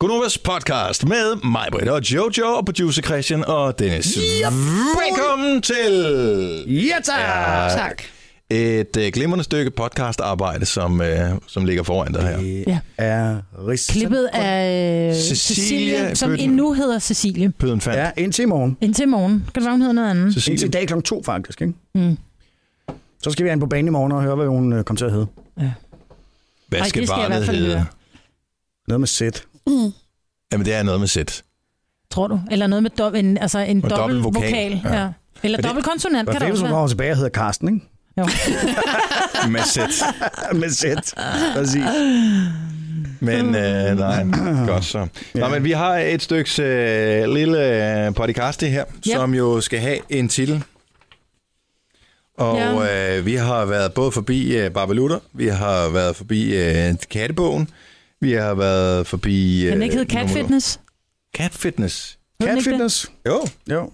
Gunovas podcast med mig, Britt og Jojo og producer Christian og Dennis. Yep. Velkommen til Ja, tak! Tak. et øh, glimrende stykke podcastarbejde, som, øh, som ligger foran dig her. Ja. Er ris- Klippet af Cecilie Cecilie, Cecilie som Bøtten. endnu hedder Cecilie. Pøden fandt. Ja, indtil i morgen. Indtil i morgen. Kan det være, hun hedder noget andet? Indtil i Cecilie, dag klokken to, faktisk. Ikke? Mm. Så skal vi have hende på banen i morgen og høre, hvad hun øh, kom til at hedde. hvad Ej, skal det skal jeg i hvert barnet fald hedde? høre. Noget med sæt. Jamen, det er noget med sæt. Tror du? Eller noget med dob- en, altså en Og dobbelt, dobbelt vokal. vokal. Ja. Ja. Ja. Eller det- dobbelt konsonant Hvad kan fanden, det hvis også hun være. kommer tilbage og hedder Karsten, ikke? Jo. Med sæt. med sæt. Præcis. Men øh, nej, godt så. Nå, men vi har et stykke øh, lille øh, podcast her, Ja. som jo skal have en titel. Og øh, vi har været både forbi øh, Barbalutter, vi har været forbi øh, Kattebogen, vi har været forbi... øh, Kan den ikke hedde Cat nummer- Fitness? Cat Fitness. Hed den Cat ikke det? fitness. Jo, Jo.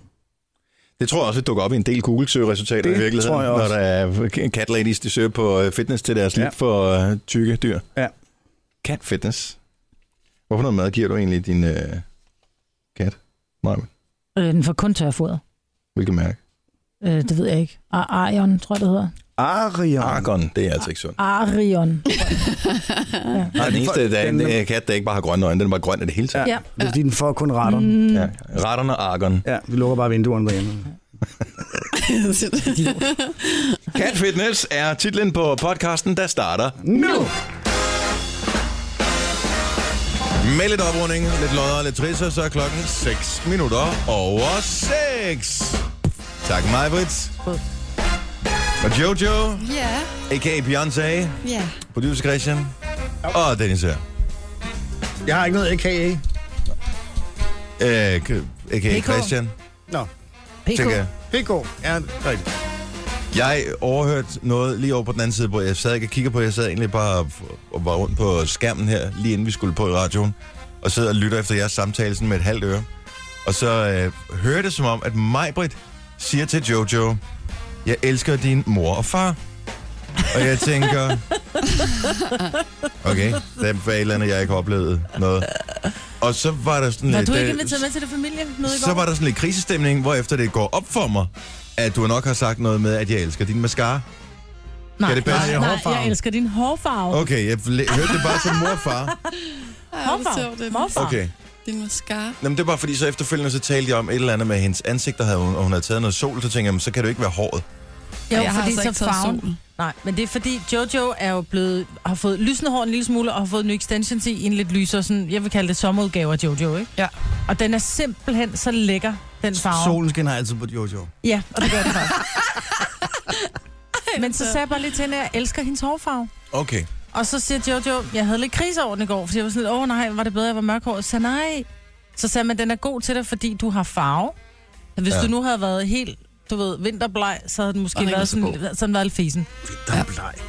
det tror jeg også, det dukker op i en del Google-søgeresultater Det i virkeligheden, tror jeg også. når der er cat ladies, de søger på øh, fitness til deres ja. Ja. liv for øh, tykke dyr. Ja. Cat fitness. Hvorfor noget mad giver du egentlig din øh, kat? Nej, Øh, den får kun tørfoder. hvilket mærke? Øh, det ved jeg ikke. Ar- Arion, tror jeg, det hedder. Arion. Argon, det er altså ikke sundt. Arion. Ah, Nej, den eneste der er en den- øh, kat, der ikke bare har grønne øjne, den er bare grøn af det hele taget. Ja. Det er fordi, den får kun retter. Mm, Ja. Retterne og argon. Ja, vi lukker bare vinduerne derhjemme. Cat Fitness er titlen på podcasten, der starter Nu! Med lidt oprunding, lidt lodder og lidt trisser, så er klokken 6 minutter over 6. Tak, Majbrits. Og Jojo, Ja, a.k.a. Beyoncé, ja. producer Christian og Dennis her. Jeg har ikke noget AKA. Øh, k- a.k.a. PK. Christian, Nå. PK. tænker jeg. PK. Ja, rigtigt. Jeg overhørte noget lige over på den anden side, hvor jeg sad ikke og kiggede på, jeg sad egentlig bare og var rundt på skærmen her, lige inden vi skulle på i radioen, og sidder og lytter efter jeres samtale sådan med et halvt øre. Og så øh, hører det som om, at Majbrit siger til Jojo, jeg elsker din mor og far. Og jeg tænker, okay, det er et eller andet, jeg ikke har oplevet noget. Og så var der sådan Når lidt... du ikke øh, inviteret med til det familiemøde i går? så var der sådan lidt krisestemning, hvor efter det går op for mig, at du nok har sagt noget med, at jeg elsker din mascara. nej, Kan det passe, nej, jeg har nej, hårfarve? jeg elsker din hårfarve. Okay, jeg l- hørte det bare som morfar. Ej, hvor Hårfarve. sjovt, det er Morfar. Okay. Din mascara. Nå, men det var fordi, så efterfølgende så talte jeg om et eller andet med hendes ansigt, der havde hun, og hun havde taget noget sol, så tænkte jeg, "Men så kan det jo ikke være håret. Jo, Ej, jeg har fordi altså så ikke taget farven. solen. Nej, men det er fordi Jojo er jo blevet, har fået lysende hår en lille smule, og har fået nye extensions i en lidt lysere, sådan, jeg vil kalde det sommerudgave af Jojo, ikke? Ja. Og den er simpelthen så lækker, den farve. Solen skinner altid på Jojo. Ja, og det gør den faktisk. men så sagde jeg bare lige til hende, at jeg elsker hendes hårfarve. Okay. Og så siger Jojo, jeg havde lidt krise over den i går, fordi jeg var sådan lidt, åh oh, nej, var det bedre, jeg var mørkhåret? Så nej. Så sagde jeg, men den er god til dig, fordi du har farve. Hvis Ja. ja. du nu havde været helt, du ved, vinterbleg, så havde den måske Var den ikke været så god? sådan, sådan været lidt fisen.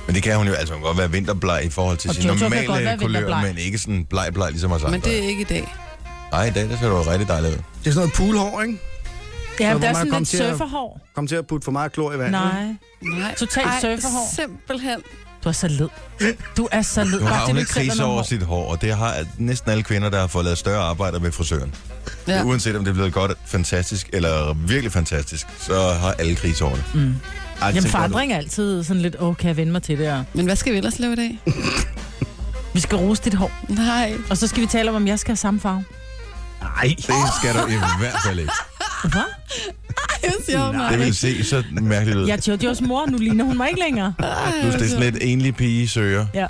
Men det kan hun jo altså hun kan godt være vinterbleg i forhold til Og sine Jojo kan godt normale være kulør, vinterbleg. men ikke sådan bleg-bleg ligesom os andre. Men det er ikke i dag. Ej, i dag der ser du rigtig dejligt ud. Det er sådan noget poolhår, ikke? Ja, Så men hvor der er man sådan kom lidt til at- surferhår. Kom til at putte for meget klor i vandet. Nej. Nej. Totalt surferhår. simpelthen. Du er så led. Du er så led. Nu Bare har det, hun du en ikke selv krise er over nogen sit hår, og det har næsten alle kvinder, der har fået lavet større arbejder med frisøren. Ja. Ja. Uanset om det er blevet godt, fantastisk, eller virkelig fantastisk, så har alle krise over det. Ej, hår. det Mm. Jamen tænker jeg nu. forandring er altid sådan lidt, åh, kan jeg vende mig til det? Og Men hvad skal vi ellers lave i dag? Vi skal rose dit hår. Nej. Og så skal vi tale om, om jeg skal have samme farve. Nej. Det skal du i hvert fald ikke. Hvad? Jeg siger mig. Det vil se så mærkeligt ud. Jeg er Jojos mor, nu ligner hun mig ikke længere. Du det er sådan lidt enlig pige søger. Ja.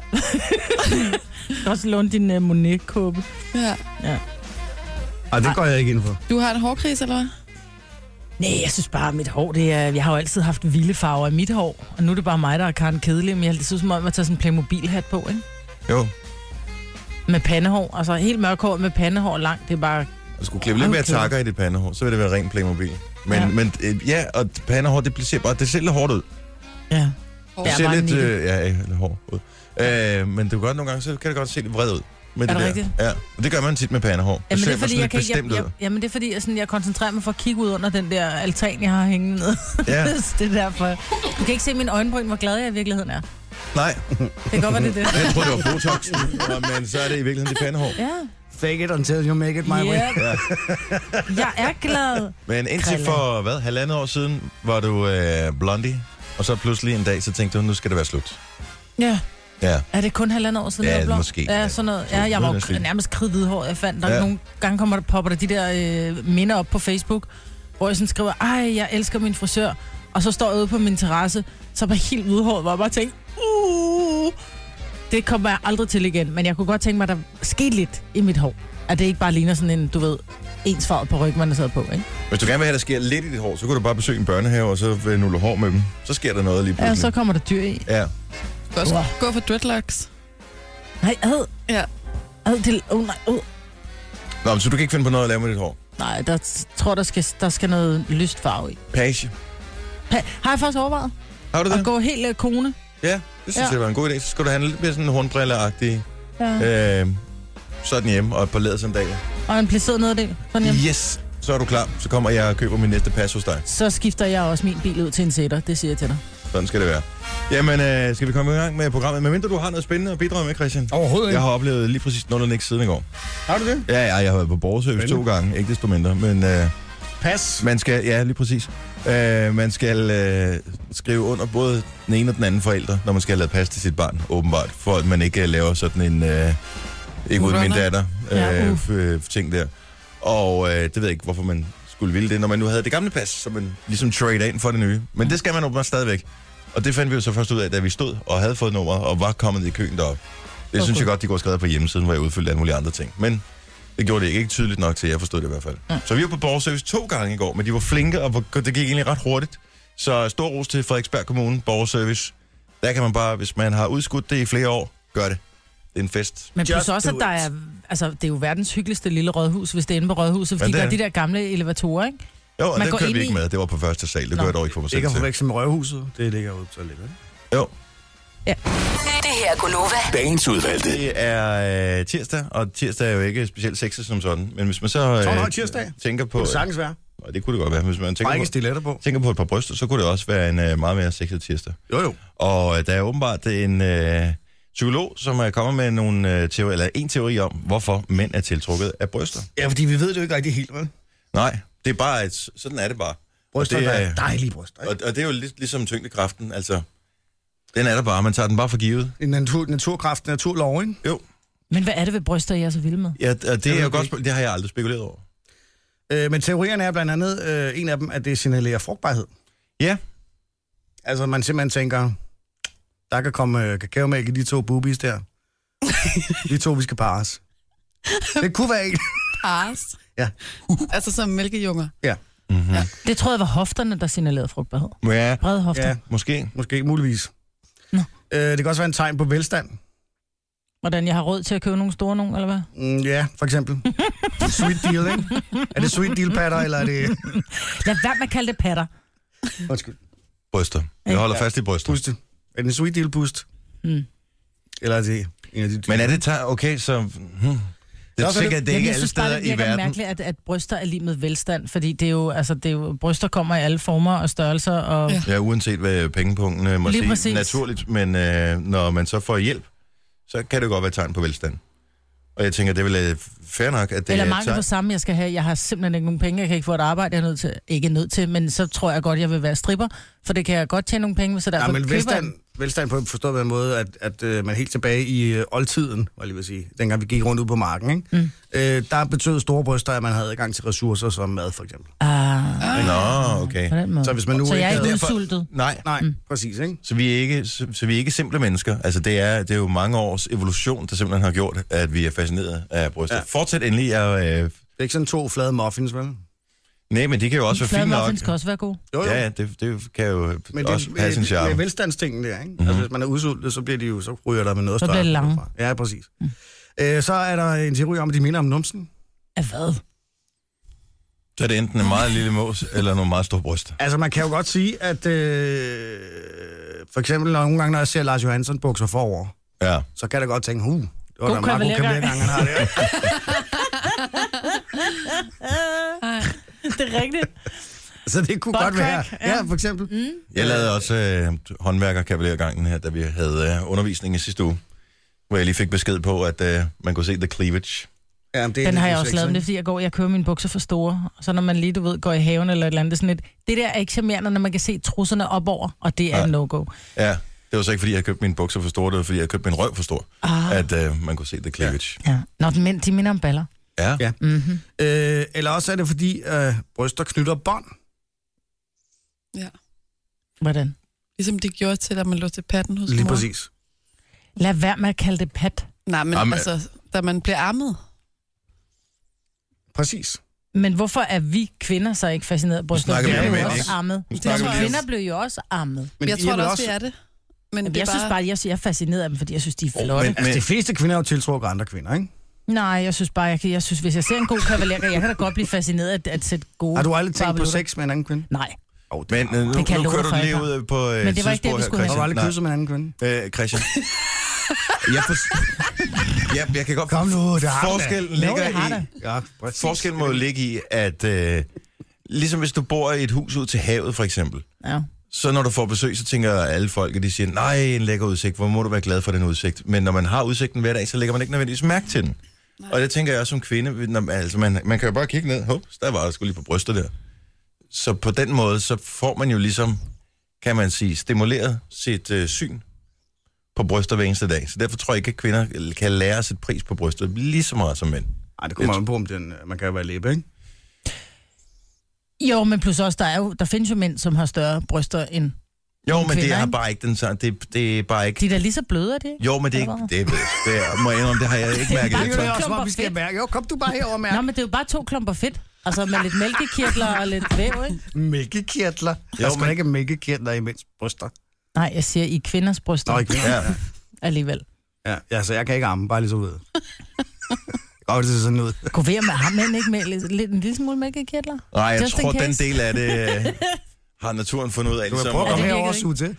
Jeg kan også låne din uh, Monet-kåbe. Ja. Ej, det går jeg ikke ind for. Du har en hårkrise, eller hvad? Nej, jeg synes bare, at mit hår, det er... Jeg har jo altid haft vilde farver i mit hår. Og nu er det bare mig, der er Karen Kedelig. Men jeg det synes som om, at tage sådan en Playmobil-hat på, ikke? Jo. Med pandehår. Altså helt mørk hår med pandehår langt. Det er bare... Og skulle klippe lidt mere Okay. takker i dit pandehår, så vil det være rent Playmobil. Men, ja. Ja. men øh, ja, og pandehår, det ser bare, det ser lidt hårdt ud. Ja. Det Ja, ser bare lidt, nitte. øh, ja, lidt hårdt ud. Øh, men du kan godt nogle gange, så kan det godt se lidt vred ud. Med Er det det der. rigtigt? Ja, og det gør man tit med pandehår. Det Jamen, ser det bare er fordi, sådan jeg lidt kan, bestemt jeg, ud. jeg, jamen, det er fordi, jeg, sådan, jeg koncentrerer mig for at kigge ud under den der altan, jeg har hængende ned. Ja. Så det er derfor. Du kan ikke se min øjenbryn, hvor glad jeg i virkeligheden er. Det Nej, kan godt være, det er det. jeg tror det var Botoxen, og- men så er det i virkeligheden det pandehår. Ja. Fake it until you make it, my way. Yep. Jeg er glad. Men indtil Krille. for, hvad, halvandet år siden, var du øh, blondie, og så pludselig en dag, så tænkte du, nu skal det være slut. Ja. Ja. Er det kun halvandet år siden, Ja, jeg var blond? måske. Ja, sådan noget. Ja, jeg var jo kr- nærmest kridhvidhåret, jeg fandt. Der Ja. ja. nogle gange kommer der, popper der de der øh, minder op på Facebook, hvor jeg sådan skriver, ej, jeg elsker min frisør. Og så står jeg ude på min terrasse, så var jeg helt hvidhåret, hvor jeg bare tænkte, uh, det kommer jeg aldrig til igen. Men jeg kunne godt tænke mig, at der skete lidt i mit hår. At det ikke bare ligner sådan en, du ved, ensfarvet på ryg, man er sad på, ikke? Hvis du gerne vil have, at der sker lidt i dit hår, så kan du bare besøge en børnehave, og så øh, nulle hår med dem. Så sker der noget lige Ja, så pludselig. kommer der dyr i. Ja, Du kan også Wow. gå for dreadlocks. Nej, ad, Ja. ad, det, oh, nej, oh. Nå, men så du kan ikke finde på noget at lave med dit hår. Nej, der t- tror, der skal, der skal noget lyst farve i. Page. Ha, har jeg faktisk overvejet Har du at det? gå helt øh, kone? Ja, det synes Ja. ja. jeg var en god idé. Så skulle du have en lidt mere sådan hornbrilleagtig Ja. øh, sådan hjemme, og et par lædersandalier. Og en placeret nederdel? Sådan hjem. Yes, så er du klar. Så kommer jeg og køber min næste pas hos dig. Så skifter jeg også min bil ud til en sætter, det siger jeg til dig. Sådan skal det være. Jamen, øh, skal vi komme i gang med programmet? Men mindre du har noget spændende at bidrage med, Christian? Overhovedet Jeg ikke. har oplevet lige præcis noget, ikke siden i går. Har du det? Ja, ja, jeg har været på borgerservice to Spændende. gange, ikke desto mindre. Men øh, Pas. man skal, ja, lige præcis. Øh, man skal øh, skrive under både den ene og den anden forælder, når man skal have lavet pas til sit barn, åbenbart. For at man ikke øh, laver sådan en, øh, ikke uden min Runner. datter, øh, Ja, ja, uh. øh, ting der. Og øh, det ved jeg ikke, hvorfor man skulle ville det, når man nu havde det gamle pas, så man ligesom trade ind for det nye. Men det skal man åbenbart stadigvæk. Og det fandt vi jo så først ud af, da vi stod og havde fået nummeret, og var kommet i køen derop. Det Okay. synes jeg godt, de går skrevet på hjemmesiden, hvor jeg udfyldte alle mulige andre ting. Men det gjorde det ikke, ikke tydeligt nok til, at jeg forstod det i hvert fald. Mm. Så vi var på borgerservice to gange i går, men de var flinke, og hvor- det gik egentlig ret hurtigt. Så stor ros til Frederiksberg Kommune, borgerservice. Der kan man bare, hvis man har udskudt det i flere år, gør det. Det er en fest. Men plus Just også, at do der it. er, altså, det er jo verdens hyggeligste lille rådhus, hvis det er inde på rådhuset, fordi Ja, ja, det er der er de der gamle elevatorer, ikke? Jo, og Man det går kørte vi ind ikke i- med. Det var på første sal. Det Nå. gør jeg dog ikke for mig selv Ikke at til. forveksle med røvhuset. Det ligger ude på toilettet. Jo, Det her er Gunova. Dagens udvalgte. det er øh, tirsdag, og tirsdag er jo ikke specielt sexet som sådan. Men hvis man så øh, Tror du, det er tirsdag? tænker på... Det kunne sagtens være. og det kunne det godt være. Hvis man tænker Bare ikke på, stiletter på. tænker på et par bryster, så kunne det også være en øh, meget mere sexet tirsdag. Jo, jo. Og øh, der er åbenbart en øh, psykolog, som er kommet med nogle, øh, teori, eller en teori om, hvorfor mænd er tiltrukket af bryster. Ja, fordi vi ved det jo ikke rigtig helt, vel? Nej, det er bare et, sådan er det bare. Bryster, Og det det er- er, der er dejlige bryster. Og, Ikke? og det er jo lidt, ligesom tyngdekraften, altså. Den er der bare, man tager den bare for givet. En natur, naturkraft, naturlov, ikke? Jo, Men hvad er det ved bryster, jeg er så vild med? ja, og det, ved er jo det godt, ikke. spe- det har jeg aldrig spekuleret over. Øh, men teorierne er blandt andet, øh, en af dem, at det signalerer frugtbarhed. Ja, Altså, man simpelthen tænker, der kan komme øh, kakaomælk i de to boobies der. de to, vi skal pares. Det kunne være en. Ars. Ja. Altså som mælkejunger. Ja, Det tror jeg var hofterne, der signalerede frugtbarhed. ja Brede hofter. ja Ja. måske. måske, muligvis. Nå. Øh, det kan også være en tegn på velstand. Hvordan jeg har råd til at købe nogle store nogle, eller hvad? Mm, ja, for eksempel. sweet deal, ikke? Er det sweet deal patter, eller er det... Lad være med at kalde det patter. Undskyld, Bryster. Jeg holder fast i bryster. puste. Er det en sweet deal pust? Mm. Eller er det en af de... Men er det tag... Okay, så... Hmm. Det er Nå, så er sikkert, det- det er Jamen, ikke jeg alle synes bare, steder det i virker verden. mærkeligt, at, at bryster er lige med velstand, fordi det er jo, altså, det er jo, bryster kommer i alle former og størrelser, og ja. Ja. Ja, uanset hvad pengepunkten øh, må Lige sige, præcis. naturligt, men øh, når man så får hjælp, så kan det jo godt være et tegn på velstand. Og jeg tænker, det er vel øh, fair nok, at det Eller er et mangel på tegn. samme, jeg skal have. Jeg har simpelthen ikke nogen penge. Jeg kan ikke få et arbejde, jeg er nødt til. Ikke nødt til, men så tror jeg godt, jeg vil være stripper. For det kan jeg godt tjene nogle penge med, så derfor Ja, ja, men Altså, køber velstand... velstand, velstand på forstået på den måde, at, at øh, man helt tilbage i øh, oldtiden, var jeg lige vil sige, dengang vi gik rundt ud på marken, ikke? Mm. Øh, der betød store bryster, at man havde adgang til ressourcer som mad, for eksempel. Ah, Nå, okay. på den måde. Så Så, hvis man nu så jeg er ikke ikke havde... derfor- udsultet. Nej, Nej, mm. præcis, ikke? så vi, er ikke, så, så vi er ikke simple mennesker. Altså, det er, det er jo mange års evolution, der simpelthen har gjort, at vi er fascineret af bryster. Ja. Ja. Fortsæt endelig. Jeg, øh, Det er ikke sådan to flade muffins, vel? nej, men de kan jo også være Flade fint nok. muffins kan også være god. Jo, jo. Ja, ja, det, det kan jo Men det, også passe en det, det er charme. Mhm. velstandstingen der, ikke? Mm-hmm. Altså, hvis man er udsultet, så bliver de jo, så ryger der med noget Så bliver det lange. fra. Ja, præcis. Mm. Øh, så er der en teori om, at de minder om numsen. Af hvad? Så er det enten en meget lille mås, eller nogle meget store bryster. Altså, man kan jo godt sige, at øh, for eksempel når, nogle gange, når jeg ser Lars Johansson bukser forover, Ja. så kan jeg da godt tænke, huh, det var God da en meget god kavalergang. kavalergang, han har der. Ej. det er rigtigt. så det kunne Butt godt være. crack, ja. Ja, for eksempel. Mm. Jeg lavede også øh, håndværkerkavalergangen her, da vi havde øh, undervisning i sidste uge, hvor jeg lige fik besked på, at øh, man kunne se the cleavage. Ja, men det er Den lidt har jeg også usex, lavet, men ikke? det er fordi, jeg går, jeg kører mine bukser for store, og så når man lige, du ved, går i haven eller et eller andet, det er sådan lidt, det der er ikke charmerende, når man kan se trusserne op over, og det er Nej. en no-go. Ja, det var så ikke, fordi jeg købte mine bukser for store, det var, fordi jeg købte min røv for stor, Ah, at øh, man kunne se det cleavage. ja. Nå, de mænd, de minder om baller. Ja. ja. Ja. Mm-hmm. Øh, eller også er det, fordi øh, bryster knytter bånd. Ja. Hvordan? Ligesom det gjorde til, da man lå til patten hos Lige mor. præcis. Lad være med at kalde det pat, Nej, Jamen, men Jamen. altså, da man bliver armet. Præcis. men hvorfor er vi kvinder så ikke fascineret af bryster? snakker Vi vi er om jo mænd, også ikke? armet. Nu snakker vi lige om- Kvinder blev jo også armet. Men jeg I tror da vel også, vi er det. Men Jamen, det jeg er bare... synes bare, jeg, jeg er fascineret af dem, fordi jeg synes, de er flotte. men- men... Altså, de fleste kvinder er jo tiltrukket af andre kvinder, ikke? Nej, jeg synes bare, jeg, kan- jeg synes, hvis jeg ser en god kavaler, jeg kan da godt blive fascineret af at sætte gode... Har du aldrig tænkt på barbelutter. sex med en anden kvinde? Nej, Oh, det Men øh, nu, Det kan jeg nu love kører for, du jeg lige har. ud øh, på øh, Men det var ikke sidespor det, vi her, skulle Har du Christian. have. aldrig kysset med en anden kvinde? Nej. Øh, Christian. jeg, for... jeg, jeg kan godt... Kom nu, det har du da. Forskellen Jo, ligger jeg har i... det. Ja, præcis. Forskellen må jo ligge i, at øh, ligesom hvis du bor i et hus ud til havet, for eksempel, Ja. så når du får besøg, så tænker alle folk, at de siger, nej, en lækker udsigt, hvor må du være glad for den udsigt. Men når man har udsigten hver dag, så lægger man ikke nødvendigvis mærke til den. Nej. Og det tænker jeg også som kvinde, når, man- altså man, man kan jo bare kigge ned, hov, der var der skulle lige på brystet der. Så på den måde, så får man jo ligesom, kan man sige, stimuleret sit øh, syn på bryster hver eneste dag. Så derfor tror jeg ikke, at kvinder kan lære sit pris på brystet lige så meget som mænd. Ej, det kommer an på, om den, øh, man kan jo være læbe, ikke? Jo, men plus også, der, er jo, der findes jo mænd, som har større bryster end... Jo, men det kvinder, er ikke? bare ikke den samme. Det, det er bare ikke... De er da lige så bløde, er det ikke? Jo, men det er ikke... Eller Det, er, det er, må jeg indrømme, det har jeg ikke mærket. bare Jeg klør. tror- også, hvor vi skal mærke. Jo, kom du bare herover med Nå, men det er jo bare to klumper fedt. Altså med lidt mælkekirtler og lidt væv, ikke? mælkekirtler. Der skal men- ikke mælkekirtler imens bryster. Nej, jeg siger i kvinders bryster Nå, Nå, ikke Ja. alligevel. Ja, ja, så jeg kan ikke amme, bare lige så ud. Godt, det ser sådan ud. Gå ved med ham, men ikke med lidt, lidt, en lille smule mælkekirtler. Nej, jeg Just in tror, den case. del af det øh, har naturen fundet ud af. Du har Ligesom, prøvet at komme Ja, det herover og virker suge til.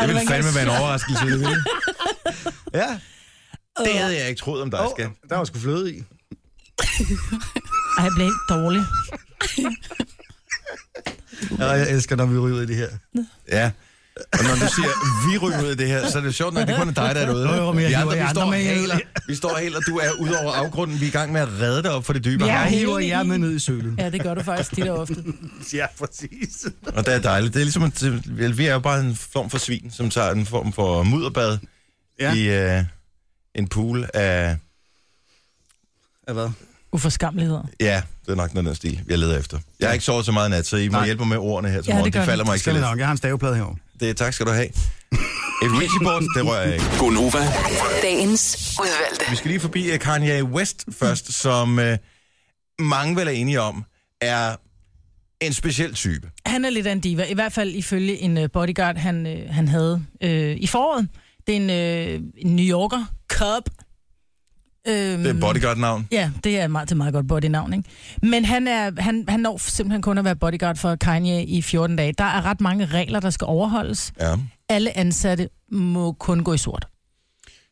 det ville fandme være en overraskelse. Det, ville det. Ja, Øh. det havde jeg ikke troet om dig, Åh, skal. der var sgu fløde i. Ej, jeg bliver helt dårlig. Ja, jeg elsker, når vi ryger ud i det her. Ja. Og når du siger, vi ryger ud af det her, så er det sjovt, når det kun er dig, der er derude. Jo, jo, men jeg vi hiver andre, vi, jer andre står med i- helt, vi står helt, og du er ude over afgrunden. Vi er i gang med at redde dig op for det dybe Ja. ja. Jeg hav. hiver jer med ned i sølen. Ja, det gør du faktisk tit og ofte. Ja, præcis. Og det er dejligt. Det er ligesom, at vi er jo bare en form for svin, som tager en form for mudderbad Ja. ja. i øh, en pool af Ja, hvad? Uforskammeligheder. Ja, det er nok noget af den stil, jeg leder efter. Jeg har ikke sovet så meget i nat, så I må Nej. hjælpe mig med ordene her til Ja, morgen. det gør de falder det. mig ikke så Skal vi lidt. nok, jeg har en staveplade herovre. Det, er- tak skal du have. Et Ouija board, det rører jeg ikke. Gonova, Dagens udvalgte. Vi skal lige forbi øh, Kanye West først, som øh, mange vel er enige om, er en speciel type. Han er lidt af en diva, i hvert fald ifølge en øh, bodyguard, han, øh, han havde øh, i foråret. Det er en, øh, en New Yorker cop. Øhm, Det er bodyguard-navn. Ja, det er meget, det er meget godt bodynavn, ikke? Men han, er, han, han når simpelthen kun at være bodyguard for Kanye i 14 dage. Der er ret mange regler, der skal overholdes. Ja. Alle ansatte må kun gå i sort.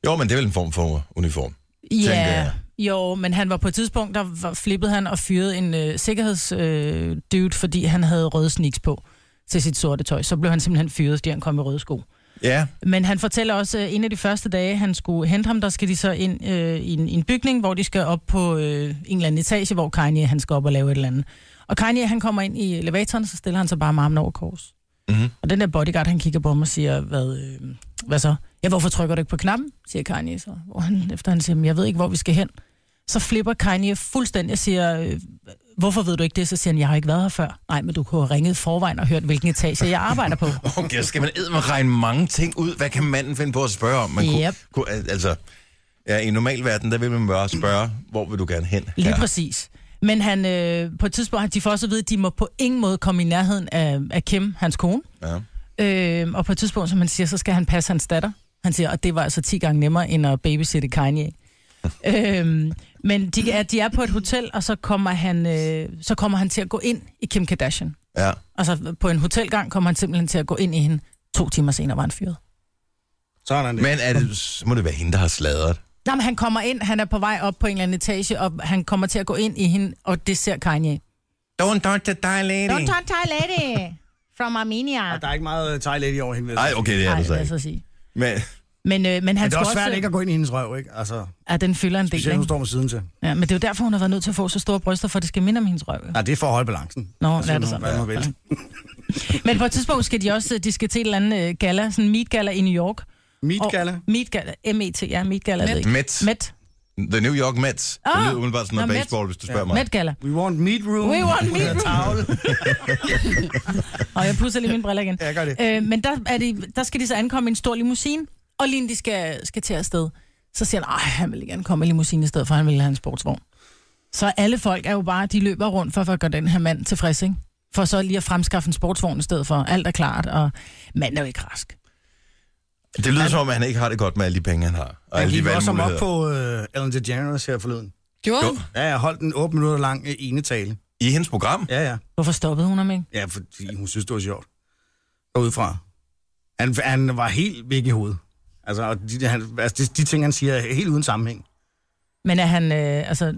Jo, men det er vel en form for uniform. tænker Ja, jeg. jo, men han var på et tidspunkt, der var, flippede han og fyrede en øh, sikkerhedsdude, øh, dude, fordi han havde røde sneaks på til sit sorte tøj. Så blev han simpelthen fyret, fordi han kom i røde sko. Ja, Men han fortæller også, at en af de første dage, han skulle hente ham, der skal de så ind øh, i, en, i en bygning, hvor de skal op på øh, en eller anden etage, hvor Kanye han skal op og lave et eller andet. Og Kanye han kommer ind i elevatoren, så stiller han sig bare med armen over kors. Mhm. Og den der bodyguard, han kigger på ham og siger, hvad, øh, hvad så? Ja, hvorfor trykker du ikke på knappen, siger Kanye så. Hvor han, efter han siger, "Men jeg ved ikke, hvor vi skal hen. Så flipper Kanye fuldstændig og siger, øh, hvorfor ved du ikke det? Så siger han, jeg har ikke været her før. Nej, men du kunne have ringet i forvejen og hørt, hvilken etage jeg arbejder på. okay, skal man edme regne mange ting ud? Hvad kan manden finde på at spørge om? Man Yep. kunne, kunne, altså, ja, i en normal verden, der vil man bare spørge, hvor vil du gerne hen? Lige Ja. ja. præcis. Men han, øh, på et tidspunkt, han- de får også at vide, at de må på ingen måde komme i nærheden af, af Kim, hans kone. Ja. Øh, og på et tidspunkt, som han siger, så skal han passe hans datter. Han siger, og det var altså 10 gange nemmere, end at babysitte Kanye. øhm, men de er, de er på et hotel, og så kommer, han, øh, så kommer han til at gå ind i Kim Kardashian. ja. Altså på en hotelgang kommer han simpelthen til at gå ind i hende. To timer senere var han fyret. Sådan Men er det, så må det være hende, der har sladret. Nej, men han kommer ind, han er på vej op på en eller anden etage, og han kommer til at gå ind i hende, og det ser Kanye. Don't touch the die lady. Don't talk to a lady from Armenia. Og der er ikke meget Thai lady over hende. vil jeg Nej, sige. okay, det er Nej, det så det er så ikke. sige. Men, Men, øh, men han Men det er skulle også svært ikke at gå ind i hendes røv, ikke? Altså, at den fylder en del, specielt hun ikke? står med siden til. Ja, men det er jo derfor, hun har været nødt til at få så store bryster, for det skal minde om hendes røv. jo. Nej, det er for at holde balancen. Nå, Altså, lad det hun- sådan. hvad hun vil. Men på et tidspunkt skal de også de skal til et eller andet øh, gala, sådan en meet gala i New York. Meat gala. Og, meet gala, M-E-T, ja, meet gala, jeg ved ikke. Mets. Met. The New York Mets. Ah. Det lyder umiddelbart som noget Nå, Mets. baseball, hvis du spørger mig. Met gala. We want meat room. We want Hun meat hedder room. Tavle. Og jeg pudser lige mine briller igen. Ja, gør det. Øh, men der, er de, der skal de så ankomme i en stor limousine, og lige inden de skal, skal til afsted, så siger han, at han vil gerne komme i limousine i stedet for, han vil have en sportsvogn. Så alle folk er jo bare, de løber rundt for, for at gøre den her mand tilfreds, ikke? For så lige at fremskaffe en sportsvogn i stedet for. Alt er klart, og manden er jo ikke rask. Det lyder som om, at han ikke har det godt med alle de penge, han har. Og Han alle de gik også om op valgmuligheder. på øh, Ellen DeGeneres her forleden. Gjorde Jo. han? Ja, jeg holdt en 8 minutter lang øh, enetale. I hendes program? Ja, ja. Hvorfor stoppede hun ham ikke? Ja, fordi hun synes, det var sjovt. Derudefra. Han, han var helt væk i hovedet. Altså, og de, han, altså de, de ting, han siger, er helt uden sammenhæng. Men er han, øh, altså,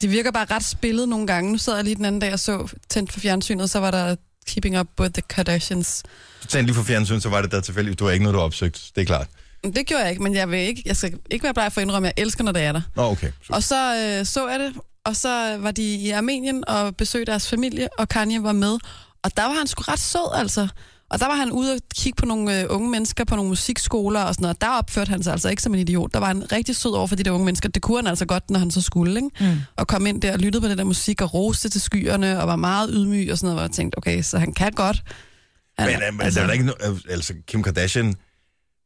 Det virker bare ret spillet nogle gange. Nu sad jeg lige den anden dag og så tændt for fjernsynet, så var der Keeping Up With The Kardashians. Du tændte lige for fjernsynet, så var det der tilfældigt. Du var ikke noget, du opsøgte. Det er klart. Men Det gjorde jeg ikke, men jeg, vil ikke, jeg skal ikke være bleg for at indrømme, at jeg elsker, når det er der. Nå, okay. Og så øh, så jeg det, og så var de i Armenien og besøgte deres familie, og Kanye var med. Og der var han sgu ret sød, altså. Og der var han ude og kigge på nogle øh, unge mennesker på nogle musikskoler og sådan noget. Der opførte han sig altså ikke som en idiot. Der var han rigtig sød over for de der unge mennesker. Det kunne han altså godt, når han så skulle, ikke? Mm. Og kom ind der og lyttede på den der musik og roste til skyerne og var meget ydmyg og sådan noget. Og jeg tænkte, okay, så han kan godt. Han, Men øhm, altså, er der ikke no- altså, Kim Kardashian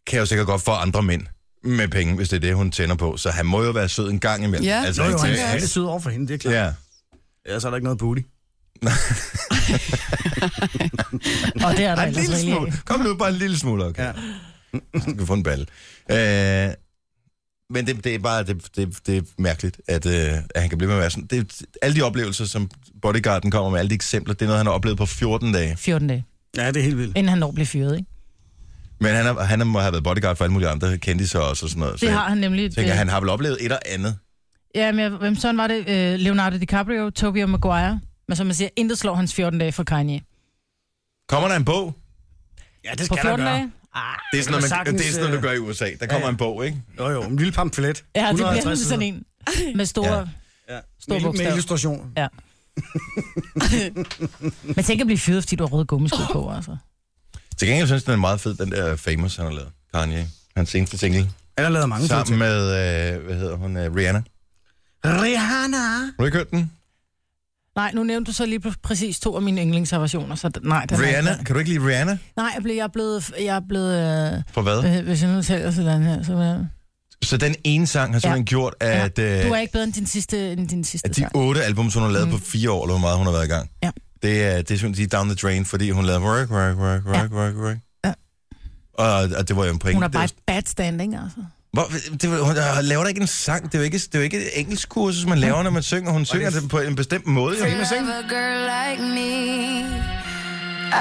kan jo sikkert godt få andre mænd med penge, hvis det er det, hun tænder på. Så han må jo være sød en gang imellem. Ja. altså, Nå, jo, han han, tænker- han er sød over for hende, det er klart. Ja. Ja. Ellers er der ikke noget booty. og det er der Ej, en ellers lille rigeligt smule. af. Kom nu, bare en lille smule, okay? Ja. Så kan vi få en balle. Øh, men det, det er bare det, det, det er mærkeligt, at, øh, at han kan blive med at være sådan. Det, alle de oplevelser, som Bodyguarden kommer med, alle de eksempler, det er noget, han har oplevet på 14 dage. 14 dage, Ja, det er helt vildt. inden han når at blive fyret, ikke? Men han, er, han må have været bodyguard for alle mulige andre kendtiser også og sådan noget. Det så har han nemlig. jeg tænker, øh, han har vel oplevet et eller andet. Ja, men jeg- hvem sådan var det? Øh, Leonardo DiCaprio, Tobey og Maguire. Men som man siger, intet slår hans 14 dage for Kanye. Kommer der en bog? Ja, det På skal der 14 gøre. dage? Ah, Det er sådan, noget, man, kan sagtens, det er sådan noget, du øh, gør i USA. Der kommer ja, ja. en bog, ikke? Jo, jo, en lille pamflet. ja, det bliver 150 nemlig sådan en. Med store... sider. Ja. stor med, med bogstav. illustration. Ja. Man tænker at blive fyret, fordi du har røde gummisko på, altså. Til gengæld synes jeg, den er meget fed, den der Famous, han har lavet. Kanye. Hans seneste single. Han har lavet mange fede ting. Sammen med, øh, hvad hedder hun, øh, Rihanna. Rihanna. Har du ikke hørt den? Nej, nu nævnte du så lige pr- præcis to af mine yndlingsservationer, så d- nej. Den er- Rihanna? Kan du ikke lide Rihanna? Nej, jeg blev, jeg er blevet... Jeg er blevet øh, For hvad? hvad hed- hvis jeg nu tæller sådan her, så... Øh, Så den ene sang har simpelthen ja. gjort, at, ja. Du er øh, ikke bedre end din sidste, end din sidste at de sang. otte album, hun har lavet mm. på fire år, eller hvor meget hun har været i gang, Ja. det er, det er simpelthen de er down the drain, fordi hun lavede work, work, work, work, work, work. Ja. Og, og det var jo en point. Hun er Det var- bare et bad standing, altså. Hvor, det, var- hun der laver da ikke en sang. Det er jo ikke, det er jo ikke et engelsk kursus, man laver, når man synger. Hun synger det på en bestemt måde. Jo. Love a girl like me.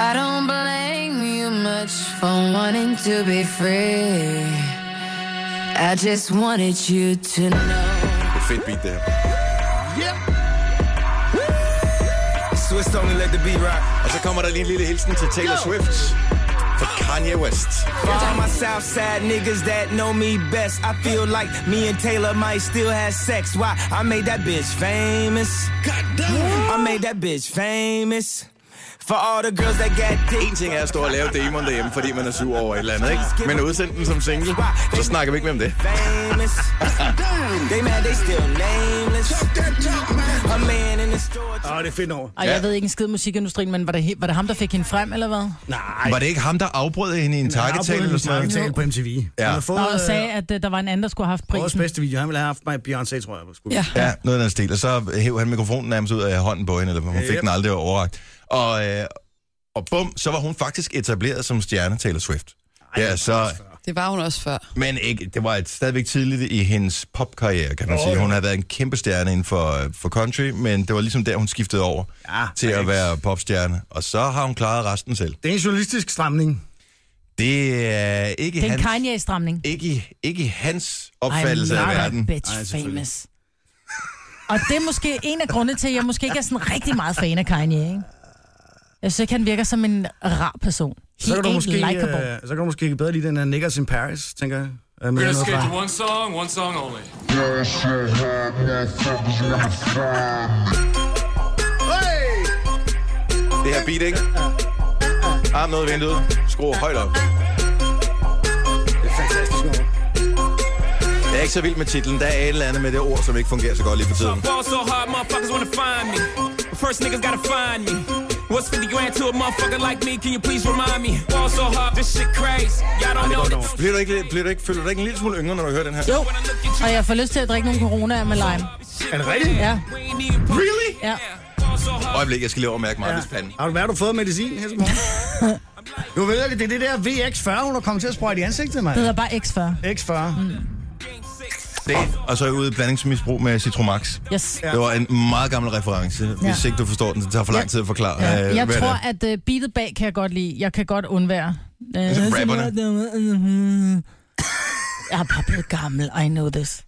I don't blame you much for wanting to be free. I just wanted you to know. Fedt beat, det her. Swiss only let the beat rock. Og så kommer der lige en lille hilsen til Taylor Swift fra Kanye West. For all my South Side niggas that know me best, I feel like me and Taylor might still have sex. Why? I made that bitch famous. I made that bitch famous. For all the girls that got dick. En ting er at stå og lave demoen derhjemme, fordi man er sur over et eller andet, ikke? Men at udsende den som single, så snakker vi ikke med om det. Famous. they mad, they still nameless. A man in the store. Åh, det er fedt over. Og Ja. jeg ved ikke en skid om musikindustrien, men var det, he- var det ham, der fik hende frem, eller hvad? Nej. Var det ikke ham, der afbrød hende i en takketale eller sådan noget? Takketale på MTV. Ja. Han har fået Og øh, øh, sagde, at øh, der var en anden, der skulle have haft årets prisen. bedste video. Han ville have haft mig i Beyoncé, tror jeg. Skulle. Ja. Ja, noget af den stil. Og så hæv han mikrofonen nærmest ud af hånden på hende, eller hun fik Yep. den aldrig overragt. Og, øh, og bum, så var hun faktisk etableret som stjerne Taylor Swift. Ja, så Det var hun også før. Men ikke, det var et, stadigvæk tidligt i hendes popkarriere, kan man Åh, sige. ja. Hun har været en kæmpe stjerne inden for, øh, for country, men det var ligesom der, hun skiftede over Ja, til ej. at være popstjerne. Og så har hun klaret resten selv. Det er en journalistisk stramning. Det er ikke, Det er en hans, Kanye-stramning. ikke, i- ikke i hans opfattelse I'm af not a verden. bitch Nej, Ej, selvfølgelig. famous. Og det er måske en af grundene til, at jeg måske ikke er sådan rigtig meget fan af Kanye, ikke? Jeg synes ikke, han virker som en rar person. Så kan, du ain't måske, likable. øh, så kan du måske bedre lide den her Niggers in Paris, tænker jeg. Øh, med We're den gonna her skate to fra. one song, one song only. Det her beat, ikke? Arm ned i vinduet. Skru højt op. Jeg er ikke så vild med titlen. Der er et eller andet med det ord, som ikke fungerer så godt lige for tiden. Ball so hard, motherfuckers wanna find me. First niggas gotta find me. What's 50 grand to a motherfucker like me? Can you please remind me? Ball so hard, this shit crazy. Y'all don't know that. Bliver du ikke, bliver du ikke, føler du dig ikke en lille smule yngre, når du hører den her? Jo, og jeg får lyst til at drikke nogle corona med lime. Er det rigtigt? Ja, Really? ja. Øjeblik, jeg skal lige over og mærke mig, ja. hvis panden. Har du, hvad har du fået medicin her til morgen? du ved, at det er det der VX40, hun er kommet til at sprøjte i ansigtet, mand. Det hedder bare X40. X40. Mm. Det. Og så er jeg ude i blandingsmisbrug med Citromax. Yes. Ja. Det var en meget gammel reference. Hvis ikke du forstår den, så tager for lang tid at forklare. Ja. øh, Jeg hvad det tror, er. at uh, beatet bag kan jeg godt lide. Jeg kan godt undvære. Uh, Ligesom rapperne. Mm-hmm. Jeg er bare blevet gammel, I know this.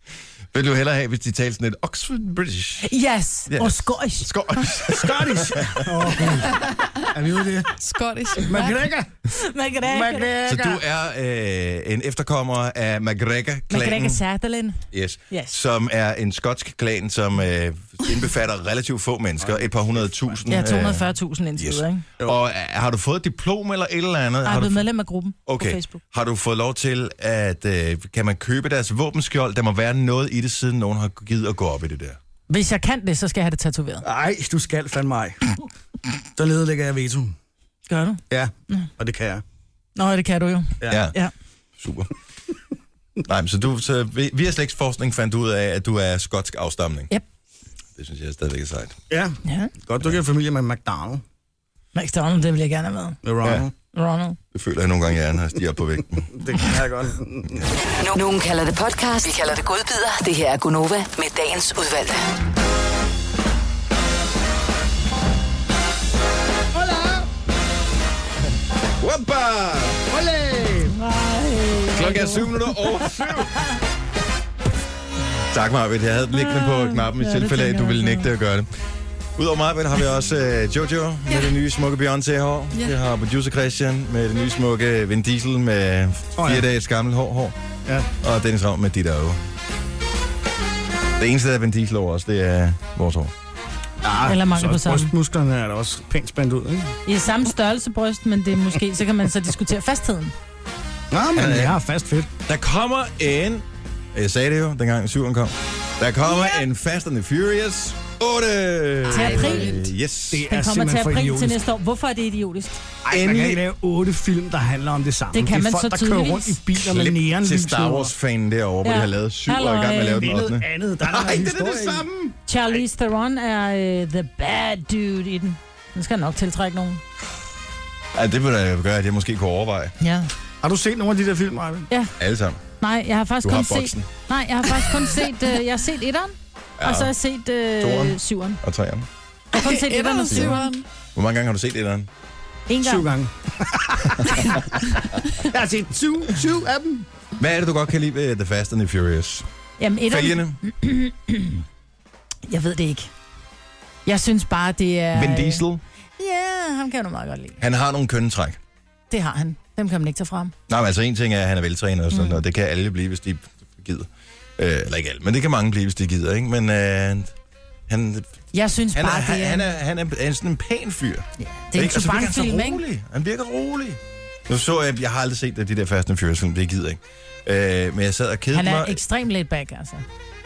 Vil du hellere have, hvis de taler sådan lidt Oxford British? Yes, Yes. yes. og skøjs. Scottish. Scottish. Åh, Gud. er vi ude i det? Scottish. McGregor. Man kan da ikke... Så du McGregor. er øh, en efterkommer af Man kan da McGregor-klanen, ikke særdelin. yes, Yes. som er en skotsk klan, som øh, indbefatter relativt få mennesker, et par hundrede tusind. Ja, øh, 240.000 indtil yes. videre, ikke? Og øh, har du fået et diplom eller et eller andet? Jeg er Har du, blevet medlem af gruppen på okay. Facebook. har du fået lov til, at øh, kan man købe deres våbenskjold? Der må være noget i det, siden nogen har givet at gå op i det der. Hvis jeg kan det, så skal jeg have det tatoveret. Ej, du skal fandme ej. Så nedlægger jeg veto. Gør du? Ja, og det kan jeg. Nå, det kan du jo. Ja. Ja. Super. Nej, men så, du, så vi- via slægtsforskning fandt du ud af, at du er skotsk afstamning. Yep. Det synes jeg er stadigvæk er sejt. Ja, Ja. godt, du kan have familie med McDonald. Max Donald, det vil jeg gerne have med. Med Ronald. Ronald. Det føler jeg nogle gange, jeg er, når jeg stiger op på vægten. Det kan jeg godt. No- Nogen kalder det podcast, vi kalder det godbider. Det her er Gunova med dagens udvalgte. Whoppa! Klokken er syv minutter over syv. Tak, Marvitt. Jeg havde den liggende på knappen i Ja, det tilfælde af, at tænker du jeg ville også. nægte at gøre det. Udover Marvitt har vi også øh, Jojo med det nye smukke Beyoncé-hår. Ja. Vi har producer Christian med det nye smukke Vin Diesel med Åh, fire ja. dages gammelt hår. hår. Ja. Og Dennis Ravn med dit øje. Det eneste, der er Vin Diesel over os, det er vores hår. Ah, Eller mangel så på samme. Brystmusklerne er da også pænt spændt ud, ikke? I samme størrelse bryst, men det er måske, så kan man så diskutere fastheden. Nå, men Ja, ja. jeg har fast fedt. Der kommer en... Jeg sagde det jo, dengang syveren kom. Der kommer yeah. en Fast and the Furious 8. Til april. Øh, Yes. Det Den er kommer til simpelthen for april til idiotisk. næste år. Hvorfor er det idiotisk? Ej, man kan Endelig. ikke lave otte film, der handler om det samme. Det kan det er man folk, så der kører rundt i tydeligvis. biler med Klip neonlys. til Star over. Wars-fanen derovre, hvor de Ja. har lavet syv og er i Halløj. gang med at lave Det den er noget 8. andet. Der er Nej, det er historie det i. samme. Charlize Theron er uh, the bad dude i den. Den skal nok tiltrække nogen. Ja, det vil da gøre, at jeg måske kunne overveje Ja. Har du set nogle af de der film, Arvind? alle sammen. Nej, jeg har faktisk Du har kun boksen. set... Nej, jeg har faktisk kun set... Uh, jeg har set etteren, ja. og så har jeg set Toeren. uh, syveren. Og træerne. Jeg har kun set etteren og syveren. Etteren. Hvor mange gange har du set etteren? En Syv gang. gange. jeg har set syv, syv af dem. Hvad er det, du godt kan lide ved The Fast and the Furious? Jamen, etteren... Fælgene? Jeg ved det ikke. Jeg synes bare, det er... Vin Diesel? øh, Ja, ham kan jeg nu meget godt lide. Han har nogle kønne træk. Det har han. Dem kan man ikke tage frem. Nej, men altså en ting er, at han er veltrænet og sådan noget. Det kan alle blive, hvis de gider. Øh, eller ikke alle, men det kan mange blive, hvis de gider, ikke? Men øh, han, Jeg synes Han er, bare, han, det er... han, er, han, er, han er sådan en pæn fyr. det er en ikke? Og så virker han så Chubank-film, ikke? rolig. Han virker rolig. Nu så jeg, jeg har aldrig set de der Fast and Furious film, det gider jeg ikke. Øh, men jeg sad og kedede Han er mig. ekstremt laid back, altså.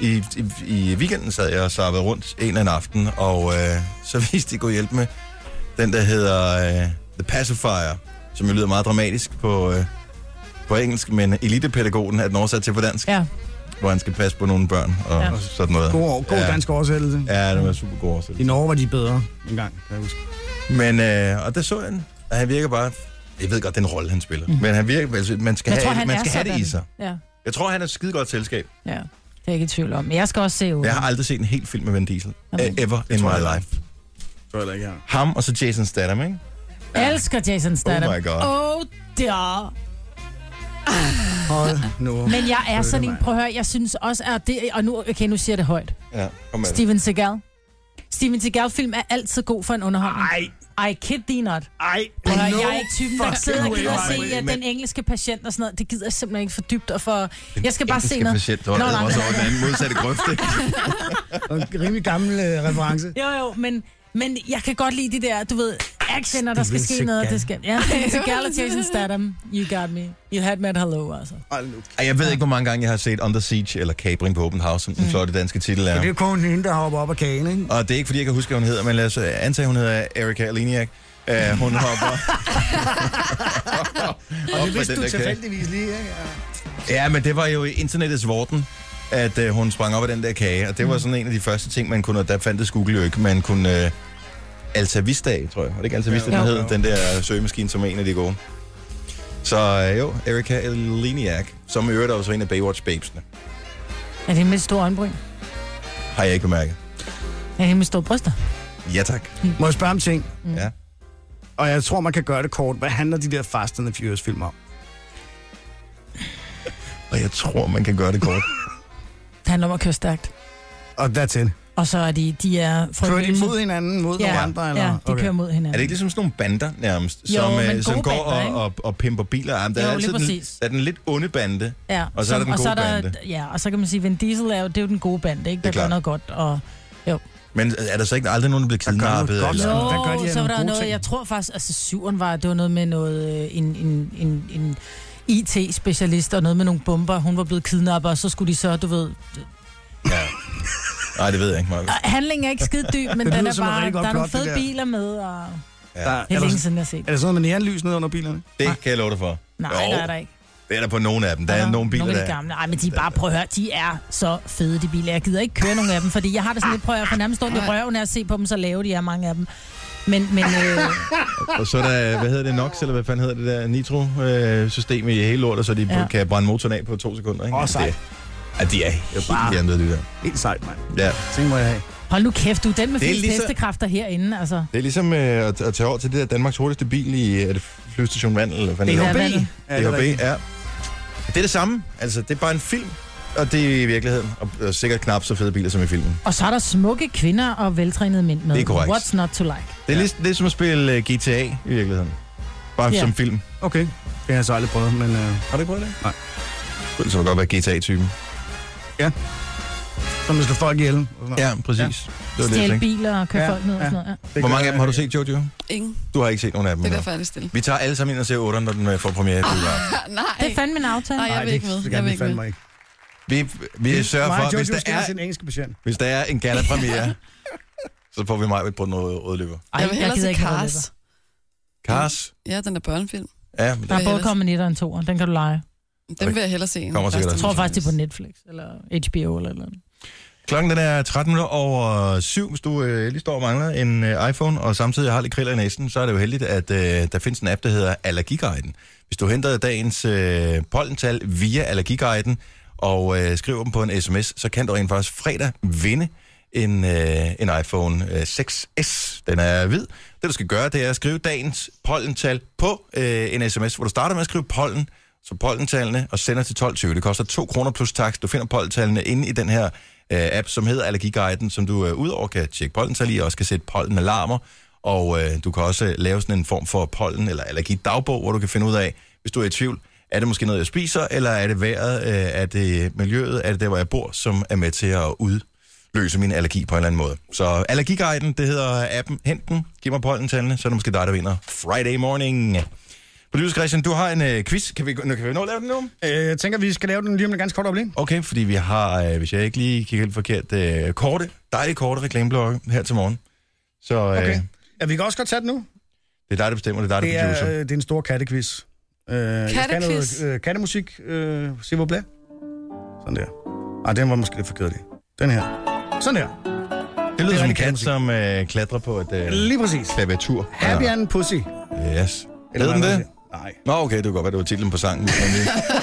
I, i, I weekenden sad jeg og sappede rundt en eller anden aften, og øh, så viste de god hjælp med den, der hedder øh, The Pacifier, som jo lyder meget dramatisk på, øh, på engelsk, men elitepædagogen er den oversat til på dansk, Ja. hvor han skal passe på nogle børn og ja. Ja. sådan noget. God, god ja. dansk oversættelse. Ja, det var super god oversættelse. I Norge var de bedre en gang, kan jeg huske. Men, øh, og der så jeg den. Og han virker bare... Jeg ved godt, den rolle, han spiller. Mm. Men han virker... Altså, man skal, Jeg have, tror, det- han man er skal have det i sådan. sig. Ja, Jeg tror, han er et skidegodt selskab. ja. Det er jeg ikke i tvivl om. Men jeg skal også se ud. Jeg har aldrig set en helt film med Vin Diesel. Uh, Jamen. ever in tror my jeg heller life. Tror jeg ikke, ja. Ham og så Jason Statham, ikke? Jeg elsker Jason Statham. my God. Oh, der. Hold nu. Men jeg er det sådan en, mig. prøv at høre, jeg synes også, at det, og nu, okay, nu siger jeg det højt. Ja, kom med. Steven Seagal. Steven Seagal-film er altid god for en underholdning. Nej, Ej, kid din not. Ej, Prøv at høre, jeg er ikke typen, der fucking sidder og way, gider Maja. se at Men- den engelske patient og sådan noget. Det gider jeg simpelthen ikke for dybt og for... Jeg skal bare se Engelske noget. patient, der var nej, også nej. over den anden modsatte grøfte. Og en rimelig gammel øh, reference. Jo, jo, men, men jeg kan godt lide de der, du ved, action, og der Du skal vil ske se noget, og Gal- det skal... Ja, til Galatasaray Statham, you got me. You had me at hello, altså. Hold nu. Ej, jeg ved ikke, hvor mange gange jeg har set Under Siege eller Cabring på Open House, Mm. som den flotte danske titel Det er er. jo kun hende, der hopper op af kagen, ikke? Og det er ikke, fordi jeg kan huske, hvad hun hedder, men lad os øh, antage, hun hedder Erika Aliniak. Uh, hun hopper Og op det med vidste den du der kage. tilfældigvis lige, ikke? Ja. Ja, men det var jo i internettets vorten, at øh, hun sprang op af den der kage, og det Mm. var sådan en af de første ting, man kunne, og der fandtes Google jo ikke, man kunne... Øh, Altavista, tror jeg. Var det ikke Altavista, Jo. den Jo. hed? Den der søgemaskine, som er en af de gode. Så øh, jo, Erika Eliniak, som i øvrigt også var en af Baywatch-babesene, Er det med store øjenbryn? har jeg ikke bemærket. Er det med store bryster? Ja tak. Må jeg spørge om ting? Mm. Ja. Og jeg tror, man kan gøre det kort. Hvad handler de der Fast and the Furious film om? Og jeg tror, man kan gøre det kort. Det handler om at køre stærkt. Og that's it. Og så er de, de er Kører frygtløse. de mod hinanden, mod ja, yeah. andre? Eller? ja, de Okay. kører mod hinanden. Er det ikke ligesom sådan nogle bander nærmest, Jo, som, men øh, gode som går bander, ikke? og, og, og pimper biler? Jamen, der Jo, er lige altid den, præcis. der er den lidt onde bande. Ja, Og så er der den og gode så er der, bande. Ja, og så kan man sige, Vin Diesel er jo, det er jo den gode band, ikke? Det Der er gør klart. noget godt, og Men er der så ikke aldrig nogen, der bliver Der gør noget kidnappet? godt, eller- sgu. der gør de Jo, her så var nogle der gode noget, ting. jeg tror faktisk, altså syveren var, det var noget med noget, øh, en, en, en, en IT-specialist og noget med nogle bomber. Hun var blevet kidnappet, og så skulle de så, du ved... Ja. Nej, det ved jeg ikke, Marvind. Og Handlingen er ikke skide dyb, men Det den lyder er som et bare... rigtig Der godt er nogle plot, det fede der. biler med, og Ja, Der, det er, er der, længe siden, jeg har set. er der sådan noget med neonlys nede under bilerne? det kan jeg love dig for. Nej, Jo, der er der ikke. Det er der på nogle af dem. Der er nogle biler, nogle af de der... gamle. Ej, men de er bare, prøv at høre, de er så fede, de biler. Jeg gider ikke køre nogen af dem, fordi jeg har det sådan lidt, prøv at høre, for nærmest ondt i røven af at se på dem, så lave de er mange af dem. Men, men øh, Og så er der, hvad hedder det, NOx, eller hvad fanden hedder det der nitro-system i hele lortet, så de Ja. kan brænde motoren af på to sekunder, ikke? Åh, sejt. Det- Ja, de er helt bare- hjernede, de der. Helt sejt, mand. Ja. Ting må jeg have. hold nu kæft, du er den med Det er flest lige så- hestekræfter herinde, altså. Det er ligesom øh, at, at tage over til det der Danmarks hurtigste bil i er det flyvestation Vandel, eller hvad fanden DHB. hedder vandet. Ja, det? det er DHB, rigtigt. ja. Det er det samme. Altså, det er bare en film, og det er i virkeligheden. Og, og sikkert knap så fede biler som i filmen. Og så er der smukke kvinder og veltrænede mænd med. Det er korrekt. What's not to like? Det er ja. ligesom, det er som at spille uh, GTA i virkeligheden. Bare Ja. ja. som film. Okay. Det har jeg så aldrig prøvet, men... Øh, Har du ikke prøvet det? Nej. Det kunne så godt være GTA-typen. så man slår folk ihjel. og sådan noget. Ja, præcis. Ja. Det var det, øh, jeg Stjæle tænkte. biler og køre Ja, ja, folk ned og ja. sådan noget. Ja. Det Hvor gør mange af dem jeg har du ikke. set, Jojo? Ingen. Du har ikke set nogen af dem. Det er endnu. derfor, jeg er lidt stille. Vi tager alle sammen ind og ser 8'eren, når den øh, får premiere i biografen. Nej, Det er fandme en aftale. Nej, jeg Ej, vil det- ikke med. det kan Jeg vil vi ikke fandme med. Vi, vi sørger Mig og for, Jojo hvis der, skal er, have sin engelske patient. hvis der er en gala-premiere, så får vi mig på øh, den røde røde løber. Ej, Jeg vil hellere se have Cars. rødløber. Cars? Ja, den er børnefilm. Ja, men Der er vil både jeg kommet en og en toer, den kan du lege. Den vil jeg hellere se. end Kommer sikkert Fast Jeg også. and tror the faktisk, det er på Furious. Netflix eller HBO eller eller andet. Klokken den er 13 minutter over syv. Hvis du øh, lige står og mangler en øh, iPhone, og samtidig har lidt kriller i næsen, så er det jo heldigt, at øh, der findes en app, der hedder Allergiguiden. Hvis du henter dagens øh, pollental via Allergiguiden og øh, skriver dem på en sms, så kan du rent faktisk fredag vinde en, øh, en iPhone øh, 6S. Den er hvid. Det, du skal gøre, det er at skrive dagens pollental på øh, en sms, hvor du starter med at skrive pollen, så pollentallene, og sender til 12.20. Det koster 2 kroner plus tax. Du finder pollentallene inde i den her øh, app, som hedder Allergiguiden, som du øh, udover kan tjekke pollental i, også kan sætte pollenalarmer, og øh, du kan også øh, lave sådan en form for pollen- eller allergidagbog, hvor du kan finde ud af, hvis du er i tvivl, er det måske noget, jeg spiser, eller er det vejret, øh, er det miljøet, er det der, hvor jeg bor, som er med til at udløse min allergi på en eller anden måde. Så Allergiguiden, det hedder appen. Hent den, giv mig pollentallene, så er det måske dig, der vinder Friday morning. Producer Christian, du har en øh, quiz. Kan vi, nu, kan vi nå at lave den nu? Øh, jeg tænker, vi skal lave den lige om et ganske kort øjeblik. Okay, fordi vi har, øh, hvis jeg ikke lige kigger helt forkert, øh, korte, dejligt korte reklameblokke her til morgen. Så øh, okay. Okay. Ja, vi kan også godt tage den nu. det er dig, der bestemmer, det er dig, Det der er, producer. øh, det er en stor kattequiz. Øh, jeg skal have Kattequiz? Noget, øh, kattemusik. Øh, S'il vous plaît. Sådan der. Ej, den var måske lidt for kedelig. Den her. Sådan der. det lyder er som en rigtig kat, musik. som øh, klatrer på et øh, Lige præcis. klaviatur. Happy and Pussy. Ja. Yes. Eller Ved den hvad det? man siger. Nej. Nå, okay, det kunne godt være, det var titlen på sangen. hvis man lige-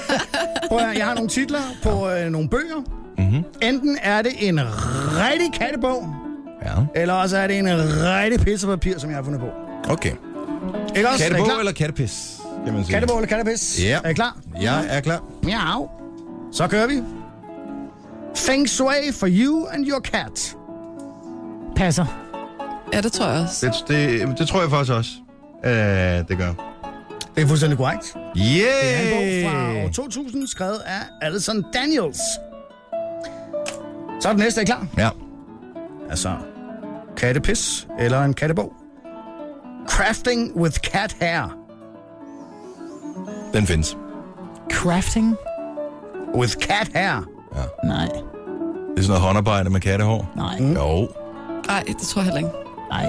Prøv at, høre, jeg har nogle titler på øh, nogle bøger. Mm-hmm. Enten er det en rigtig kattebog, ja, eller også er det en rigtig pissepapir, som jeg har fundet på. okay. Ikke også? er I Kattebog klar? eller kattepis, kan man sige. Kattebog eller kattepis? Ja. Er I klar? Jeg er klar. Miau. Så kører vi. Feng Shui for you and your cat. Passer. Ja, det tror jeg også. Det, det, det tror jeg faktisk også, øh, det gør. Det er fuldstændig korrekt. Det er en bog fra Yeah! år 2000, skrevet af Alison Daniels. Så er den næste, er I klar? Ja. Altså, kattepis eller en kattebog. Crafting with cat hair. Den findes. Crafting? With cat hair. Nej, Det er sådan noget håndarbejde med kattehår. nej, Jo. Nej, det tror jeg heller ikke. nej.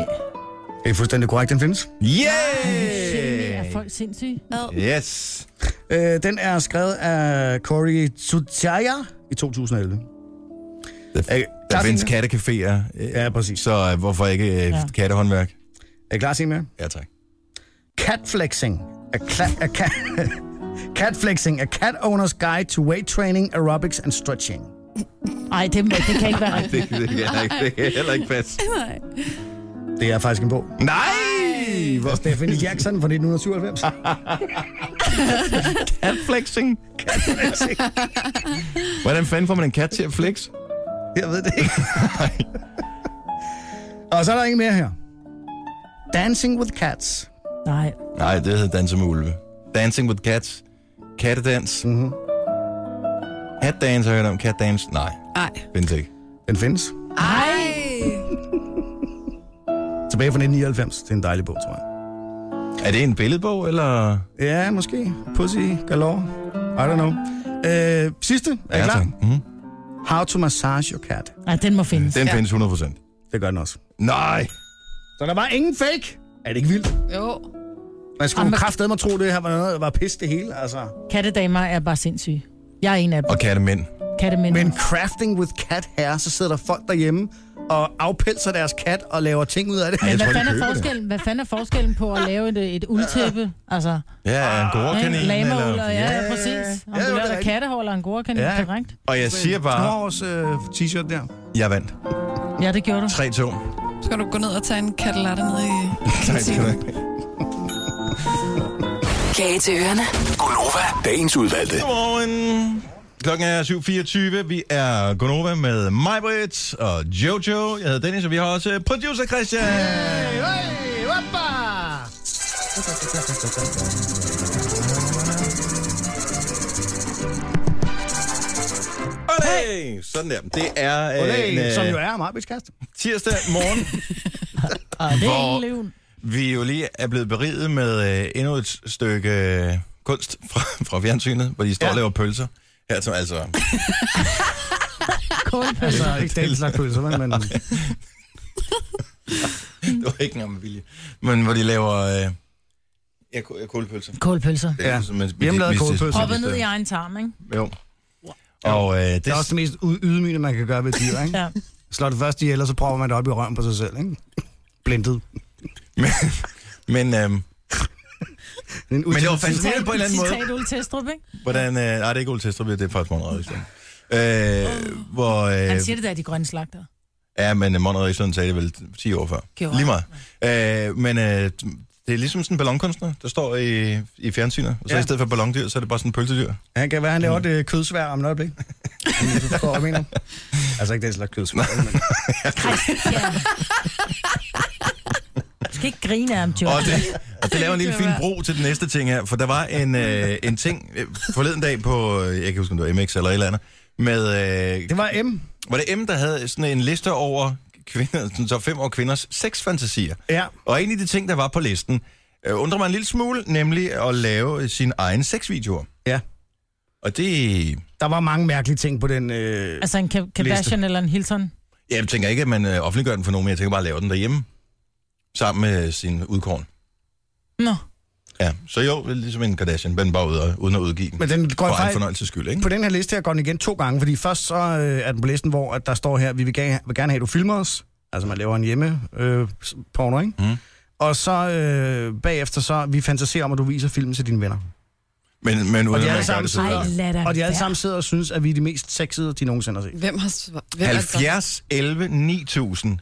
Det er fuldstændig korrekt, den findes. Er Yeah! folk sindssyge? Yes. Øh, den er skrevet af Cory Tsutaya i 2011. Der, Øh, der tak, findes Inge. kattecaféer, øh, Ja, præcis. så øh, hvorfor ikke øh, Ja. kattehåndværk? Er I klar til mere? Ja, tak. Catflexing. A, cla- a cat... Catflexing, a cat owner's guide to weight training, aerobics and stretching. Nej, det, må- det kan ikke være rigtigt. Det, det, kan, jeg ikke, det kan jeg heller ikke passe. Nej. Det er faktisk en bog. Nej! Hvor Stephanie Jackson fra 1997. flexing. Hvordan fanden får man en kat til at flex? Jeg ved det ikke. Og så er der ikke mere her. Dancing with Cats. Nej, Nej, det hedder Danse med Ulve. Dancing with Cats. Kattedans. Mm-hmm. Hatdance har jeg hørt om. Catdance. Nej, Nej. findes ikke. Den findes. Ej. Tilbage fra 1999. Det er en dejlig bog, tror jeg. Er det en billedbog, eller? Ja, måske. Pussy galore. I don't know. Øh, sidste. Er I klar? Mm-hmm. How to massage your cat. nej den må findes. Den Ja. findes 100%. Det gør den også. Nej! Så der var ingen fake. Er det ikke vildt? Jo. Man skulle Jamen- Jamen... kraftedeme tro, det her var noget, der var pis det hele. Altså. Kattedamer er bare sindssyge. Jeg er en af dem. Og kattemænd. Kattemænd. Men crafting with cat hair, så sidder der folk derhjemme og afpelser deres kat og laver ting ud af det. jeg Men hvad tror, de fanden, køber er det. forskellen, hvad fanden er forskellen på at lave et, et uldtæppe? Altså, Ja, ikke? angorakanin. lamaul, og ja, ja, Ah, Ja, præcis. Om ja, du det er laver rigtigt. kattehår eller en gorkanin, Ja. korrekt? Og jeg siger bare, Norges øh, t-shirt der. jeg vandt. Ja, det gjorde du. 3-2. Så kan du gå ned og tage en katalatte ned i... Tak skal du have. Kage til ørerne. Gonova, dagens udvalgte. Godmorgen. Klokken er 7.24. Vi er Gonova med Majbrit og Jojo. Jeg hedder Dennis, og vi har også producer Christian. Olé! Sådan der. Det er øh, en, Olé, øh, som jo er Marbits kæreste. tirsdag morgen. Og det er Hvor- ingen løven. Vi jo lige er blevet beriget med øh, endnu et stykke øh, kunst fra, fra fjernsynet, hvor de står ja. og laver pølser. Her som altså... Altså, ikke den slags pølser, men, men Det var ikke engang med vilje. Men hvor de laver... Øh, ja, ko- ja, kålpølser. Kålpølser. Det er ligesom, øh, Ja. sådan, man- Hjemmelavede hvis det- kålpølser. Proppet ned i egen tarm, ikke? Jo. Og øh, det, det er også det mest u- ydmygende, man kan gøre ved et dyr, Mm. ikke? Ja. Slår det først ihjel, og så prøver man det op i røven på sig selv, ikke? Blindet. men, øh, En men det var utilitativ- fascinerende på en eller anden måde. Citat Ole Testrup, ikke? Hvordan, øh, nej, det er ikke Ole Testrup, det er faktisk Monrad Rødisland. Øh, hvor, øh, Han siger det der, de grønne slagter. ja, men øh, Monrad Rødisland sagde det vel 10 år før. Gjorde Lige meget. Øh, men øh, det er ligesom sådan en ballonkunstner, der står i, i fjernsynet. Og så ja. Ja. i stedet for ballondyr, så er det bare sådan en pølsedyr. Han kan være, han laver det kødsvær om et øjeblik. Om du forstår, hvad jeg mener. Altså ikke den slags kødsvær. men- Christian. Du skal ikke grine af ham, Jo. Og det, og det laver en lille Det fin var- bro til den næste ting her, for der var en, øh, en ting øh, forleden dag på, øh, jeg kan huske, om det var MX eller et eller andet, med, øh, Det var M. var det M, der havde sådan en liste over kvinder, sådan så fem år kvinders sexfantasier. Ja. Og en af de ting, der var på listen, øh, undrer mig en lille smule, nemlig at lave sine egne sexvideoer. Ja. Og det... Der var mange mærkelige ting på den... Øh... Altså en Ka- Kardashian eller en Hilton. Jeg tænker ikke, at man øh, offentliggør den for nogen, men jeg tænker bare at lave den derhjemme, sammen med sin udkorn. Nå. Ja, så jo, ligesom en Kardashian, men bare ude, uden at udgive den. Men den går for egen fejl. fornøjelses skyld, ikke? På den her liste her går den igen to gange, fordi først så øh, er den på listen, hvor at der står her, vi vil gerne, vil gerne have, at du filmer os. Altså man laver en hjemme øh, s- porno, ikke? Mhm. Og så øh, bagefter så, vi fantaserer om, at du viser filmen til dine venner. Men, men uden de at man alle gør sammen det, så Ej, videre. lad da Og de alle være. sammen sidder og synes, at vi er de mest sexede, de nogensinde har set. Hvem har... sv- Hvem er det, der- 70, 11, 9000.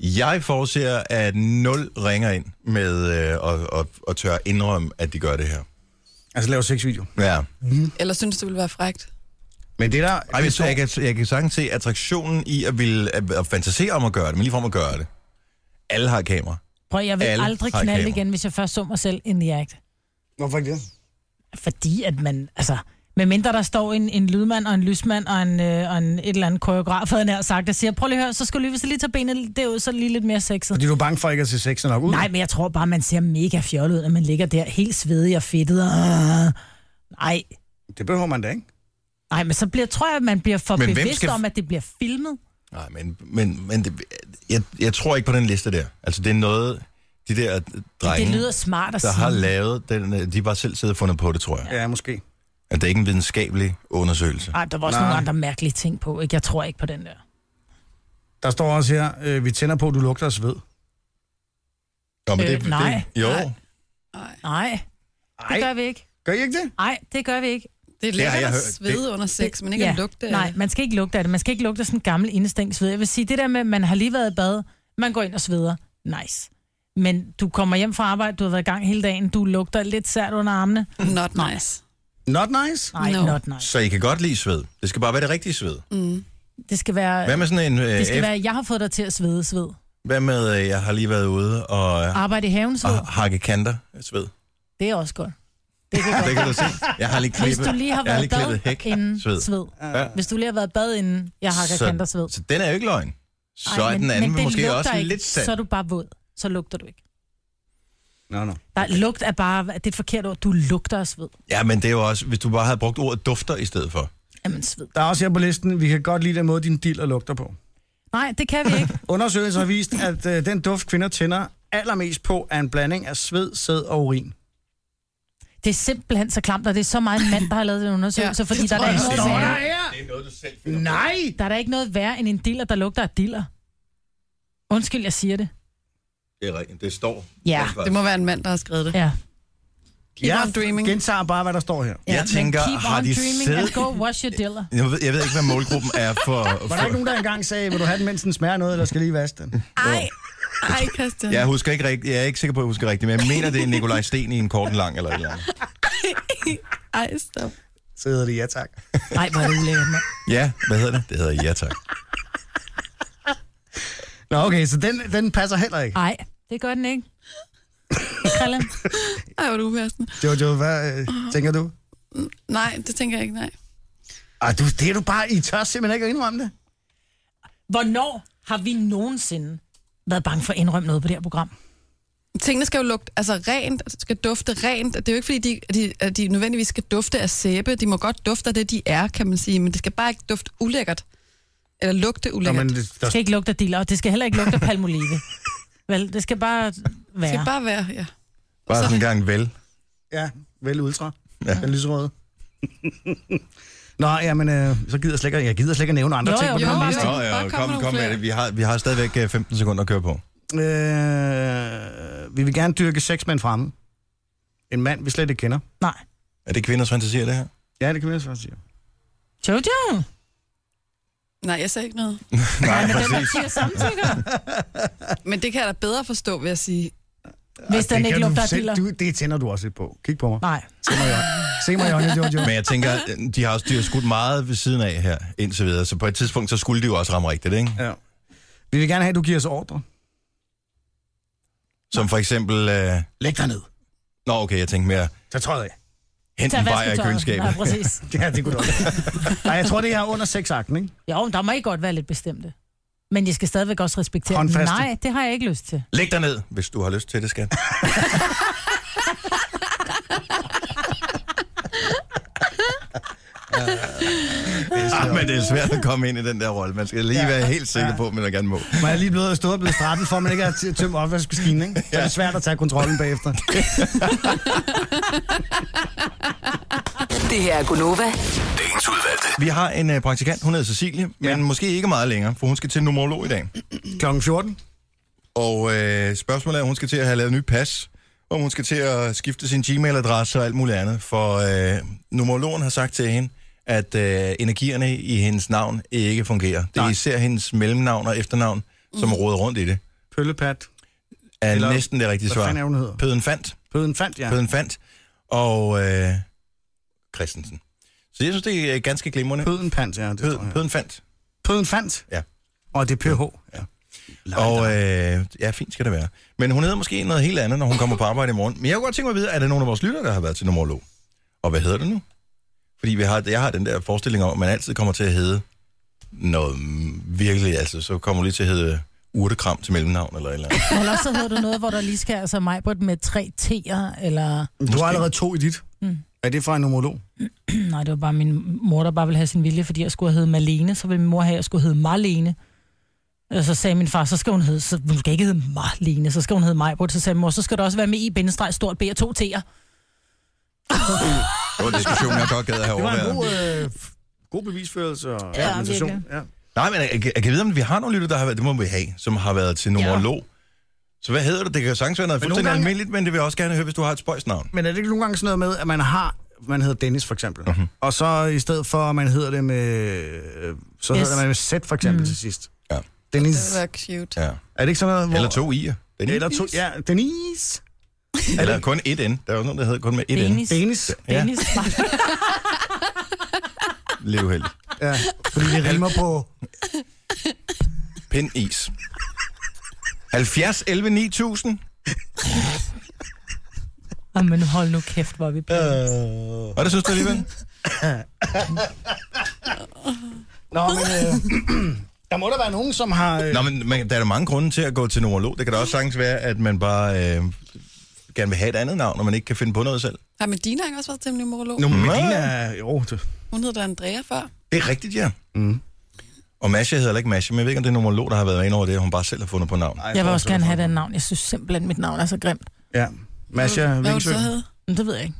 Jeg forudser, at 0 ringer ind med øh, og, og, og tør indrømme, at de gør det her. Altså laver sexvideo. Ja. Eller synes, det ville være frægt? Men det der... Ej, jeg, jeg, kan, jeg kan sagtens se attraktionen i at, ville, at, at fantasere om at gøre det, men lige for at gøre det, Alle har kamera. Prøv, jeg vil Alle Alle aldrig har et knalde kamera. igen, hvis jeg først så mig selv in the act. Hvorfor ikke det? Fordi at man, altså... Medmindre der står en, en lydmand og en lysmand og en, øh, og en et eller andet koreograf, havde jeg nær sagt, der siger, prøv lige at høre, så skal du lige, hvis du lige tager benet derud, så er det lige lidt mere sexet. Fordi du er bange for ikke at se sexen nok ud? Nej, men jeg tror bare, man ser mega fjollet ud, når man ligger der helt svedig og fedtet. Og... Nej. Det behøver man da ikke. Nej, men så bliver, tror jeg, at man bliver for Men hvem bevidst skal- skal... om, at det bliver filmet. Nej, men, men, men det, jeg, jeg tror ikke på den liste der. Altså, det er noget, de der drenge, det lyder smart at der sige. har lavet, den, øh, de har bare selv siddet og fundet på det, tror jeg. Ja, måske. At det er ikke en videnskabelig undersøgelse. Ej, der var også Nej. nogle andre mærkelige ting på. Ikke? Jeg tror ikke på den der. Der står også her, øh, vi tænder på, at du lugter af sved. Nå, men Øh, det, nej. Det, jo, Nej. Nej, det gør vi ikke. Gør I ikke det? Nej, det gør vi ikke. Det Det er har lækkert jeg at hørt. svede under sex, men ikke ja. at lugte af Nej, det. man skal ikke lugte af det. Man skal ikke lugte af sådan en gammel indestængt sved. Jeg vil sige, det der med, at man har lige været i bad, man går ind og sveder. Nice. Men du kommer hjem fra arbejde, du har været i gang hele dagen, du lugter lidt sært under armene. Mm. Not nice. Not nice. Nej, no. No. not nice. Så I kan godt lide sved. Det skal bare være det rigtige sved. Mm. Det skal være... Hvad med sådan en... Øh, Det skal F- være, jeg har fået dig til at svede, sved. Hvad med, øh, jeg har lige været ude og, øh, Arbejde i haven, sved. og hakke kanter af sved? Det er også godt. Det kan du se. Jeg har lige Hvis klippet, du lige har jeg har været lige i klippet bad hæk inden sved. sved. sved. Hvis du lige har været i bad inden, jeg har Så- kanter sved. Så den er jo ikke løgn. Så Ej, er den anden det måske lugter også ikke, lidt sand. Så er du bare våd. Så lugter du ikke. Nå, nå. Der, lugt er bare, det er et forkert ord. Du lugter af sved. Ja, men det er jo også, hvis du bare havde brugt ordet dufter i stedet for. Jamen sved. Der er også her på listen, vi kan godt lide den måde, din diller lugter på. Nej, det kan vi ikke. Undersøgelser har vist, at øh, den duft, kvinder tænder allermest på, er en blanding af sved, sæd og urin. Det er simpelthen så klamt, og det er så meget en mand, der har lavet den undersøgelse, Ja, fordi det der er, tror da jeg ikke noget også. værre, Det er noget, du selv Nej! der er da ikke noget værre end en diller, der lugter af diller. Undskyld, jeg siger det. Det er rigtigt. Det står. Ja. Det må være en mand, der har skrevet det. Ja. Keep on dreaming. gentager bare, hvad der står her. ja Jeg tænker, men keep har on de dreaming siddet- and go wash your diller. Jeg ved, jeg ved ikke, hvad målgruppen er for... Var der ikke for nogen, der engang sagde, vil du have den, mens den smager noget, eller skal lige vaske den? Ej, ej Christian. jeg husker ikke rigtigt. Jeg er ikke sikker på, at jeg husker rigtigt, men jeg mener, det er Nikolaj Sten i en kort en lang eller et eller andet. Ej, stop. Så hedder det ja tak. Nej, hvor er det ulækkert, mand. Ja, hvad hedder det? Det hedder Ja tak. Nå, okay, så den, den passer heller ikke. Nej, det gør den ikke. Krille. Ej, hvor er du upassende. Jojo, hvad øh, tænker du? Nej, det tænker jeg ikke, nej. Ah, du, det er du bare, I tør simpelthen ikke at indrømme det. Hvornår har vi nogensinde været bange for at indrømme noget på det her program? Tingene skal jo lugte altså rent, altså, skal dufte rent. Det er jo ikke, fordi de, at de, at de nødvendigvis skal dufte af sæbe. De må godt dufte af det, de er, kan man sige. Men det skal bare ikke dufte ulækkert. Eller lugte Nå, men ulækkert. men... det, Det der, skal ikke lugte af diller, og det skal heller ikke lugte af palmolive. Vel, det skal bare Det være. skal bare være, ja. Bare sådan en gang vel. ja, vel ultra. Ja. Ja. Den lyserøde. Nå, jamen, øh, så gider jeg slet ikke, jeg gider slet ikke at nævne andre Jo, ting. jo, på den jo, liste. jo. Nå, ja, Bare kom med kom, nogle kom med flere. det. Vi har, vi har stadigvæk øh, 15 sekunder at køre på. Øh, vi vil gerne dyrke sex med en fremmed. En mand, vi slet ikke kender. Nej. Er det kvinders fantasier, det her? Ja, det kan vi også sige. Jojo! Nej, jeg sagde ikke noget. Nej, Men den, der præcis. siger samtykker. Men det kan jeg da bedre forstå, vil jeg sige. Hvis den ikke lugter af diller. du, Det tænder du også lidt på. Kig på mig. Nej. Se mig i øjnene. Se mig i øjnene, Jojo. Men jeg tænker, øh, de har også de har skudt meget ved siden af her, indtil videre. Så på et tidspunkt, så skulle de jo også ramme rigtigt, ikke? Ja. Vi vil gerne have, at du giver os ordre. Som for eksempel... Øh... Læg dig ned. Nå, okay, jeg tænkte mere... Så tror jeg. Hent Tag en bajer i vasketøjet. køleskabet. Nej, præcis. Ja, det kunne du også. Nej, jeg tror, det er under sexakten, ikke? Jo, men der må I godt være lidt bestemte. Men jeg skal stadigvæk også respektere dem. Håndfaste. Nej, det har jeg ikke lyst til. Læg dig ned, hvis du har lyst til det, skat. Ah, men det er svært at komme ind i den der rolle. Man skal lige være helt sikker på, at man gerne må. Man er lige blevet stået og blevet straffet for, at man ikke har t- tømt opvaskemaskinen, ikke? Så er det svært at tage kontrollen bagefter. Det her er Gunova. Dagens udvalgte. Vi har en øh, praktikant, hun hedder Cecilie, men Ja. måske ikke meget længere, for hun skal til numerolog i dag. Klokken 14. Og øh, spørgsmålet er, om hun skal til at have lavet nyt pas, om hun skal til at skifte sin Gmail-adresse og alt muligt andet. For øh, numerologen har sagt til hende, at øh, energierne i hendes navn ikke fungerer. Det er Nej. især hendes mellemnavn og efternavn, som roder rundt i det, Pøllepat. er Eller, Eller- næsten det rigtige Hvad svar. fanden er hun hedder? Pøden fandt. Pøden fandt, ja. Pøden fandt. Og øh, Christensen. Så jeg synes, det er ganske glimrende. Pøden fandt, ja. Det Pød, står her. pøden fandt. Pøden fandt? Ja. Og det er PH. Ja. Og øh, ja, fint skal det være. Men hun hedder måske noget helt andet, når hun kommer på arbejde i morgen. Men jeg kunne godt tænke mig at vide, er der nogen af vores lyttere, der har været til numerolog? Og hvad hedder det nu? Fordi vi har, jeg har den der forestilling om, at man altid kommer til at hedde noget mm, virkelig, altså så kommer du lige til at hedde urtekram til mellemnavn eller et eller andet. Eller så hedder du noget, hvor der lige skal altså mig på med tre T'er, eller... Du har allerede to i dit. Mm. Er det fra en numerolog? Nej, det var bare min mor, der bare ville have sin vilje, fordi jeg skulle hedde Malene. Så ville min mor have, at jeg skulle hedde Marlene. Og så sagde min far, så skal hun hedde, så hun skal ikke hedde Marlene, så skal hun hedde Majbrit. Så sagde min mor, så skal du også være med i bindestreg stort B og to T'er. Det var en diskussion, jeg godt gad at have Det var en god, overværet. øh, god bevisførelse og ja, argumentation. virkelig. Ja. Nej, men jeg, jeg, jeg kan vide, om vi har nogle lytter, der har været, det må vi have, som har været til numerolog. Så hvad hedder det? Det kan jo sagtens være noget Men nogle fuldstændig gange... gange- almindeligt, men det vil jeg også gerne høre, hvis du har et spøjsnavn. Men er det ikke nogle gange sådan noget med, at man har, man hedder Dennis for eksempel, mm-hmm. og så i stedet for, at man hedder det med, øh, så Yes. yes. hedder man med Z for eksempel mm. til sidst. Ja. Dennis. Det var cute. Ja. Er det ikke sådan noget, hvor... Eller to i'er. Dennis. Eller to, ja, Dennis. Eller kun et N. Der er jo nogen, der hedder kun med et N. Dennis. Dennis. Ja. Dennis. Lev held. Ja, fordi det rimer på... Pind is. 70 11 9000. Ja. Ah, men hold nu kæft, hvor er vi på. Og det synes du alligevel? Nå, men... Øh, der må der være nogen, som har... Øh, Nå, men man, der er da mange grunde til at gå til numerolog. Det kan da også sagtens være, at man bare øh, gerne vil have et andet navn, og man ikke kan finde på noget selv. Har Medina ikke også været til numerolog? nu, Nå. Medina er... Jo, det, Hun hed da Andrea før. Det er rigtigt, ja. Mm. Og Masha hedder heller ikke Masha, men jeg ved ikke, om det er numerolog, der har været inde over det, og hun bare selv har fundet på navn. Jeg vil også gerne have den navn. Jeg synes simpelthen, mit navn er så grimt. Ja. Masha Hvad var det Vingsø. så hed? Men det ved jeg ikke.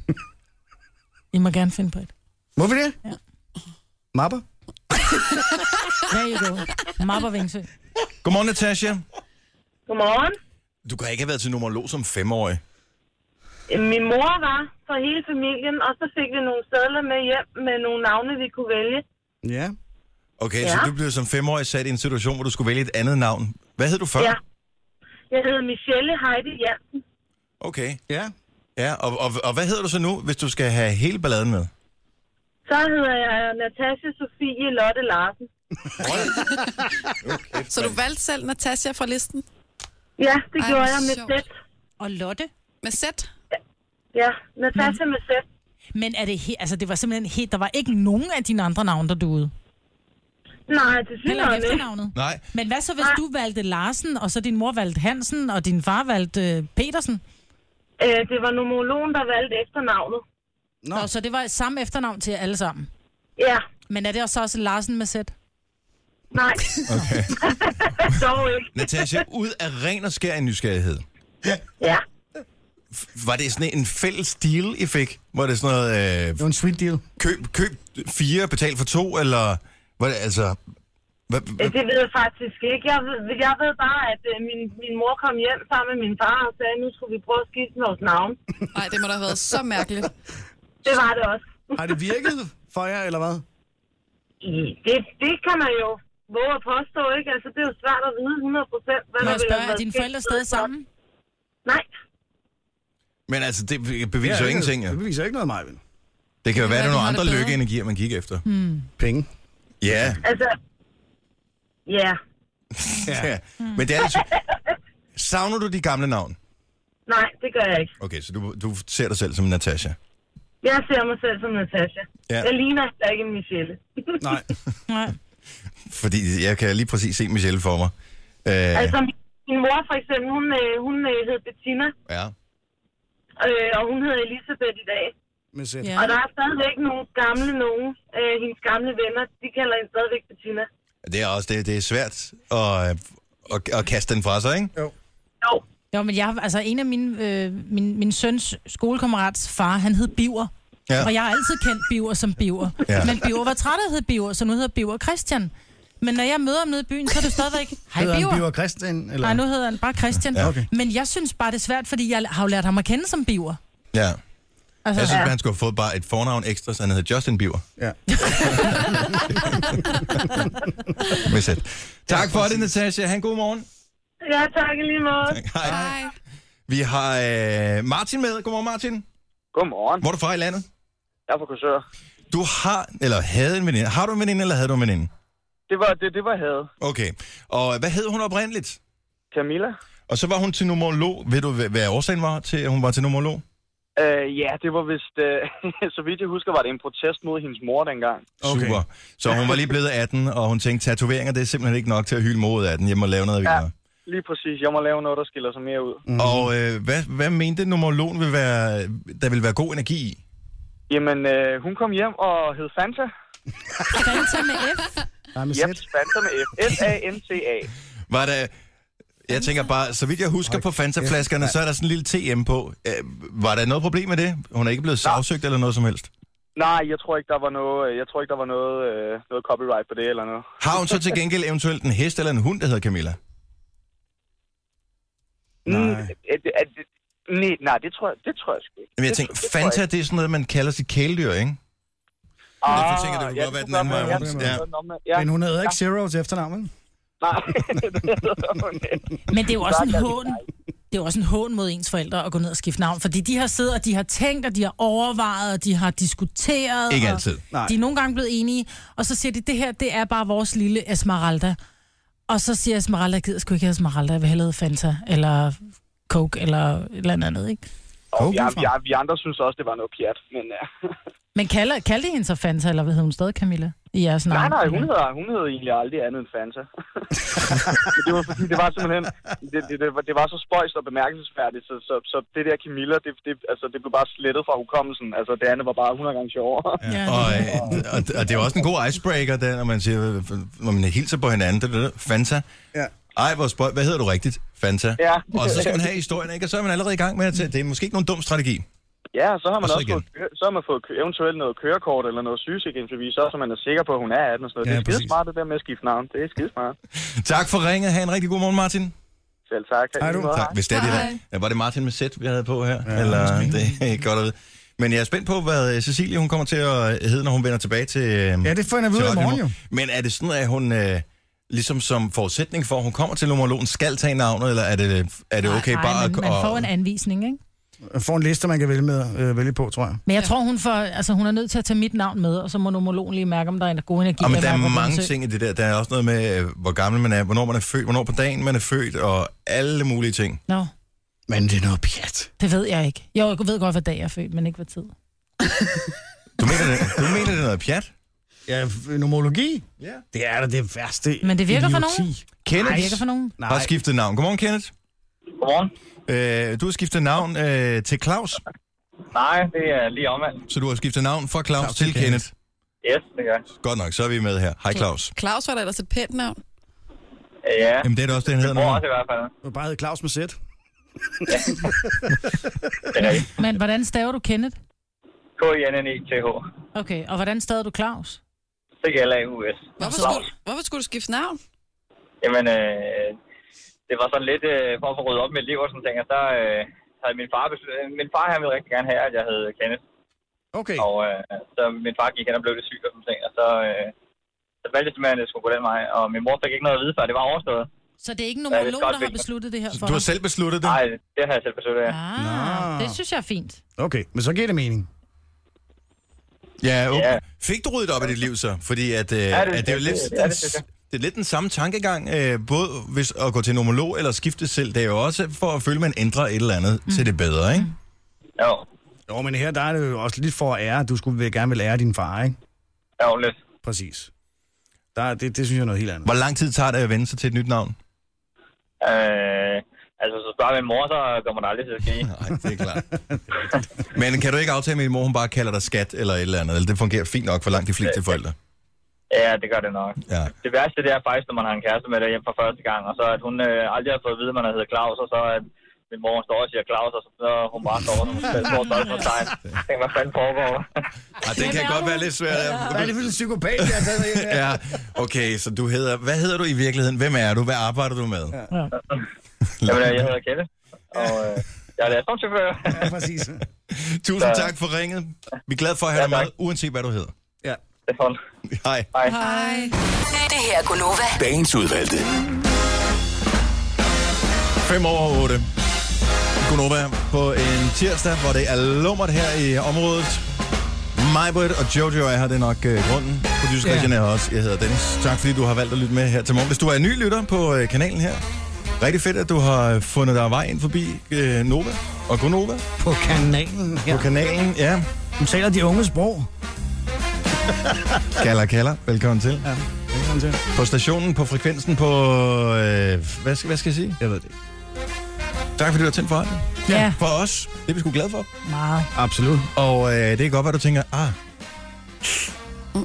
I må gerne finde på et. Må vi det? Ja. Mapper? There you go. Mapper Vingsø. Godmorgen, Natasha. Godmorgen. Du kan ikke have været til numerolog som femårig. Min mor var for hele familien, og så fik vi nogle sædler med hjem med nogle navne, vi kunne vælge. Ja. Okay, ja. Ja. så du blev som femårig sat i en situation, hvor du skulle vælge et andet navn. Hvad hed du før? Ja. Jeg hedder Michelle Heidi Jansen. Okay. Ja. Ja, og, og, og hvad hedder du så nu, hvis du skal have hele balladen med? Så hedder jeg Natasha Sofie Lotte Larsen. Så du valgte selv Natasha fra listen? Ja, det Ej, gjorde hvor jeg med sjovt. sæt. Og Lotte? Med sæt? Ja, Natasha med sæt. Men er det he- altså, det var simpelthen helt... Der var ikke nogen af dine andre navne, der duede. Nej, til Heller ikke synligheden efternavnet. Nej. Men hvad så, hvis du valgte Larsen, og så din mor valgte Hansen, og din far valgte øh, Petersen? øh, Det var nomologen, der valgte efternavnet. Nå. Og så det var samme efternavn til jer alle sammen. Ja, Men er det også, også Larsen med sæt? nej, Okay. dog ikke. Natasha, ud af ren og skær en nysgerrighed. Ja. Var det sådan en fælles deal, I fik? Var det sådan noget, øh, Det var en sweet deal. køb, køb fire, betal for to, eller... Var det, altså, hvad, Øh, hvad, Det ved jeg faktisk ikke. Jeg ved, jeg ved bare, at øh, min, min mor kom hjem sammen med min far og sagde, nu skulle vi prøve at skifte vores navn. Nej, det må da have været så mærkeligt. Det var det også. Har det virket for jer, eller hvad? I- Det, det kan man jo våge at påstå, ikke? Altså, det er jo svært at vide 100 procent, hvad Må der jeg vil spørge, er dine forældre stadig sammen? Nej, men altså, det beviser jo ingenting, ja. Det beviser ikke noget, Marvin. Det kan jo være, at være, det er nogle de har andre det bedre. lykkeenergier, man kigger efter. Penge. Ja. altså... Ja, ja. Men det er altså... Savner du de gamle navn? nej, det gør jeg ikke. Okay, så du, du ser dig selv som Natasha. Jeg ser mig selv som Natasha. Ja. Ja. Jeg ligner heller ikke en Michelle. Nej. Nej. Fordi jeg kan lige præcis se Michelle for mig. Øh, altså, min- min mor for eksempel, hun, øh, hun øh, hed Bettina, ja. øh, og hun hedder Elisabeth i dag. Med sæt. Ja. Og der er stadigvæk nogle gamle nogen, øh, hendes gamle venner, de kalder hende stadigvæk Bettina. Det er også det, det er svært at, øh, at, at kaste den fra sig, ikke? Jo, Jo, men jeg, har- altså en af mine, øh, min, min søns skolekammerats far, han hed Biver. Ja. Ja. Og jeg har altid kendt Biver som Biver. Ja. Ja. Men Biver var træt af at hedde Biver, så nu hedder Biver Christian. Men når jeg møder ham nede i byen, så er det stadigvæk, hej Hedder han Biver. Biver Christian? Eller? Nej, nu hedder han bare Christian. Ja, Ja, okay. okay. Men jeg synes bare, det er svært, fordi jeg har jo lært ham at kende som Biver. Ja. Altså, Jeg synes, ja. at han skulle have fået bare et fornavn ekstra, så han hedder Justin Bieber. Ja. Med sæt. Tak for det, Natasha. Han god morgen. ja, tak i lige måde. Hej. Nej. Vi har øh, Martin med. Godmorgen, Martin. Godmorgen. Hvor er du fra i landet? Jeg er fra Korsør. Du har, eller havde en veninde. Har du en veninde, eller havde du en veninde? det var det, det var jeg havde. Okay. Og hvad hed hun oprindeligt? Camilla? Og så var hun til numerolog. Ved du, hvad hvad årsagen var til, at hun var til numerolog? Øh, ja, det var vist, øh, så vidt jeg husker, var det en protest mod hendes mor dengang. Okay. Super. Så hun var lige blevet 18, og hun tænkte, tatoveringer, det er simpelthen ikke nok til at hylde modet af den. Jeg må lave noget, vi ja. Lige præcis, jeg må lave noget, der skiller sig mere ud. Mm. Og øh, hvad, hvad mente numerologen, vil være, der ville være god energi i? Jamen, øh, hun kom hjem og hed Fanta. Fanta med F. Nej, med yep, Fanta med F. S-A-N-T-A. Var der... Jeg tænker bare, så vidt jeg husker på Fanta-flaskerne, så er der sådan en lille TM på. Øh, var der noget problem med det? Hun er ikke blevet sagsøgt eller noget som helst? Nej, jeg tror ikke, der var noget, jeg tror ikke, der var noget, øh, noget copyright på det eller noget. Har hun så til gengæld eventuelt en hest eller en hund, der hedder Camilla? Nej. At, at, at, nej, nej, det tror jeg, det tror jeg sgu ikke. Jamen, jeg tænkte, Fanta, det er sådan noget, man kalder sit kæledyr, ikke? Ah, derfor tænker jeg, det kunne godt være den anden vej rundt. Ja. Ja. Men hun havde ikke Zero til Mm. efternavn, Nej, det hedder hun ikke. Men det er jo også en hån. Det er jo også en hån mod ens forældre at gå ned og skifte navn, fordi de har siddet, og de har tænkt, og de har overvejet, og de har diskuteret. Ikke og altid. Nej. De er nogle gange blevet enige, og så siger de, det her, det er bare vores lille Esmeralda. Og så siger Esmeralda, jeg gider sgu ikke have Esmeralda, jeg vil hellere have Fanta, eller Coke, eller et eller andet andet, ikke? Og vi, vi, vi andre synes også, det var noget pjat, men ja. Men kalder, kaldte I hende så Fanta, eller hvad hedder hun stadig, Camilla? I jeres navn? Nej, nej, hun hedder, hun hedder egentlig aldrig andet end Fanta. Men det var fordi, det var simpelthen, det, det, det, var, det var så spøjst og bemærkelsesværdigt, så, så, så det der Camilla, det, det, altså, det blev bare slettet fra hukommelsen. Altså det andet var bare 100 gange sjovere. Ja. Og, øh, og, og det er også en god icebreaker, der, når man siger, når man hilser på hinanden, det, det, det, Fanta. Ja. Ej, hvor spøj, hvad hedder du rigtigt? Fanta. Ja. Og så skal man have historien, ikke? Og så er man allerede i gang med at tage, det er måske ikke nogen dum strategi. Ja, så har man Og så også fået, kø- så har man fået kø- eventuelt noget kørekort eller noget sygesikringsbevis, så så man er sikker på, at hun er 18 og sådan Ja, noget. Ja, det er præcis. skidesmart, det der med at skifte navn. Det er skidesmart. Tak for ringet. Ha' en rigtig god morgen, Martin. Selv tak. Ha' en god dag. Tak, hvis det er det Hej. der. Ja, var det Martin med sæt, vi havde på her? Ja, Eller, det er godt at vide. Men jeg er spændt på, hvad øh, Cecilie hun kommer til at hedde, når hun vender tilbage til... øh, Ja, det får jeg at vide i morgen, jo. Men er det sådan, at hun øh, ligesom som forudsætning for, at hun kommer til numerologen, skal tage navnet, eller er det, er det okay nej, bare man, man at... får en anvisning, ikke? Får en liste, man kan vælge, med, øh, vælge på, tror jeg. Men jeg tror, hun, får, altså, hun er nødt til at tage mit navn med, og så må nomologen lige mærke, om der er en god energi. Og, men eller der er mærke, hvor mange hun søger. ting i det der. Der er også noget med, øh, hvor gammel man er, hvornår man er født, hvornår på dagen man er født, og alle mulige ting. Nå, Men det er noget pjat. det ved jeg ikke. Jo, jeg ved godt, hvad dag jeg er født, men ikke hvad tid. Du mener, det, du mener, det er noget pjat? Ja, f- nomologi? Ja. Det er da det værste Men det virker for idioti. nogen. Kenneth Det virker for nogen. Nej. har skiftet navn. Godmorgen, Kenneth. Godmorgen. Øh, du har skiftet navn øh, til Claus, Nej, det er lige omvendt. så du har skiftet navn fra Claus, Claus til Kenneth. Kenneth. Yes, det gør jeg. Godt nok, så er vi med her. Hej, Claus. Claus var da ellers et pænt navn. Ja. Jamen, det er da også det, han hedder nu. i hvert fald. Du bare hedder Claus med sæt. Men hvordan staver du Kenneth? K-I-N-N-E-T-H. Okay, og hvordan staver du Claus? C-L-A-U-S. Hvorfor skulle, hvorfor skulle du skifte navn? Jamen, øh, det var sådan lidt øh, for at få ryddet op med liv og sådan ting, og så øh, havde min far besluttet, min far han ville rigtig gerne have, at jeg hed Kenneth, Okay. og øh, så min far gik hen og blev lidt syg og sådan ting, og så, øh, så valgte jeg simpelthen, at det skulle gå den vej, og min mor fik ikke noget at vide før, det var overstået. Så det er ikke Ja, det er nomologen, godt der har vigtigt. besluttet det her for Du har dig? selv besluttet det. Nej, det har jeg selv besluttet, ja. Ah, det synes jeg er fint. Okay, men så giver det mening. Ja, okay. Ja. Fik du ryddet op i dit liv så? Fordi at, øh, Ja, at det- det er jo det- lidt, det- den, ja, det synes jeg. det er lidt den samme tankegang, øh, både hvis at gå til nomolog eller skifte selv. Det er jo også for at føle, at man ændrer et eller andet mm. til det bedre, ikke? Jo, Jo, men her der er det jo også lidt for at ære. Du skulle vel gerne vil ære din far, ikke? jo lidt. Præcis. Der, er- det, det synes jeg er noget helt andet. Hvor lang tid tager det at vende sig til et nyt navn? Øh, altså, så spørger min mor, så kommer der aldrig til at ske. Nej, det er klart. Men kan du ikke aftale med din mor, hun bare kalder dig skat eller et eller andet? Eller det fungerer fint nok for langt de fleste forældre. Ja, det gør det nok. Ja. Det værste, det er faktisk, når man har en kæreste med derhjemme for første gang, og så at hun øh, aldrig har fået at vide, at man har hedder Claus, og så at min mor står og siger Claus, og så når hun bare står og står og på tegn. Jeg tænker, hvad fanden foregår? Ah, det kan godt være lidt svært. Hvad er det for en psykopat, jeg har taget med hjem her? Ja, okay, så du hedder... Hvad hedder du i virkeligheden? Hvem er du? Hvad arbejder du med? Jamen, øh, jeg hedder Kenneth, og øh, jeg er lastbilchauffør. Ja, præcis. Tusind Så- tak for ringet. Vi er glade for at have Ja, dig med, tak. uanset hvad du hedder. Ja. Det er sådan. Hej. Hej. Hej. Det her er Gunova. Dagens udvalgte. 5 over 8. Godnova på en tirsdag, hvor det er lummert her i området. Majbrit og Jojo er her, det er nok øh, grunden. Producer Ja. Christian er her også. Jeg hedder Dennis. Tak fordi du har valgt at lytte med her til morgen. Hvis du er ny lytter på øh, kanalen her, rigtig fedt, at du har fundet dig vej ind forbi øh, Nova og Gonova. På kanalen her. På kanalen, ja. Nu taler de unge sprog. Kalder, kalder. Velkommen til. Ja, velkommen til. På stationen, på frekvensen, på... Øh, hvad, skal, hvad skal jeg sige? Jeg ved det Tak fordi du har tændt for øjnene. Ja. For os. Det er vi sgu glade for. Meget. Absolut. Og øh, det kan godt være, du tænker, ah,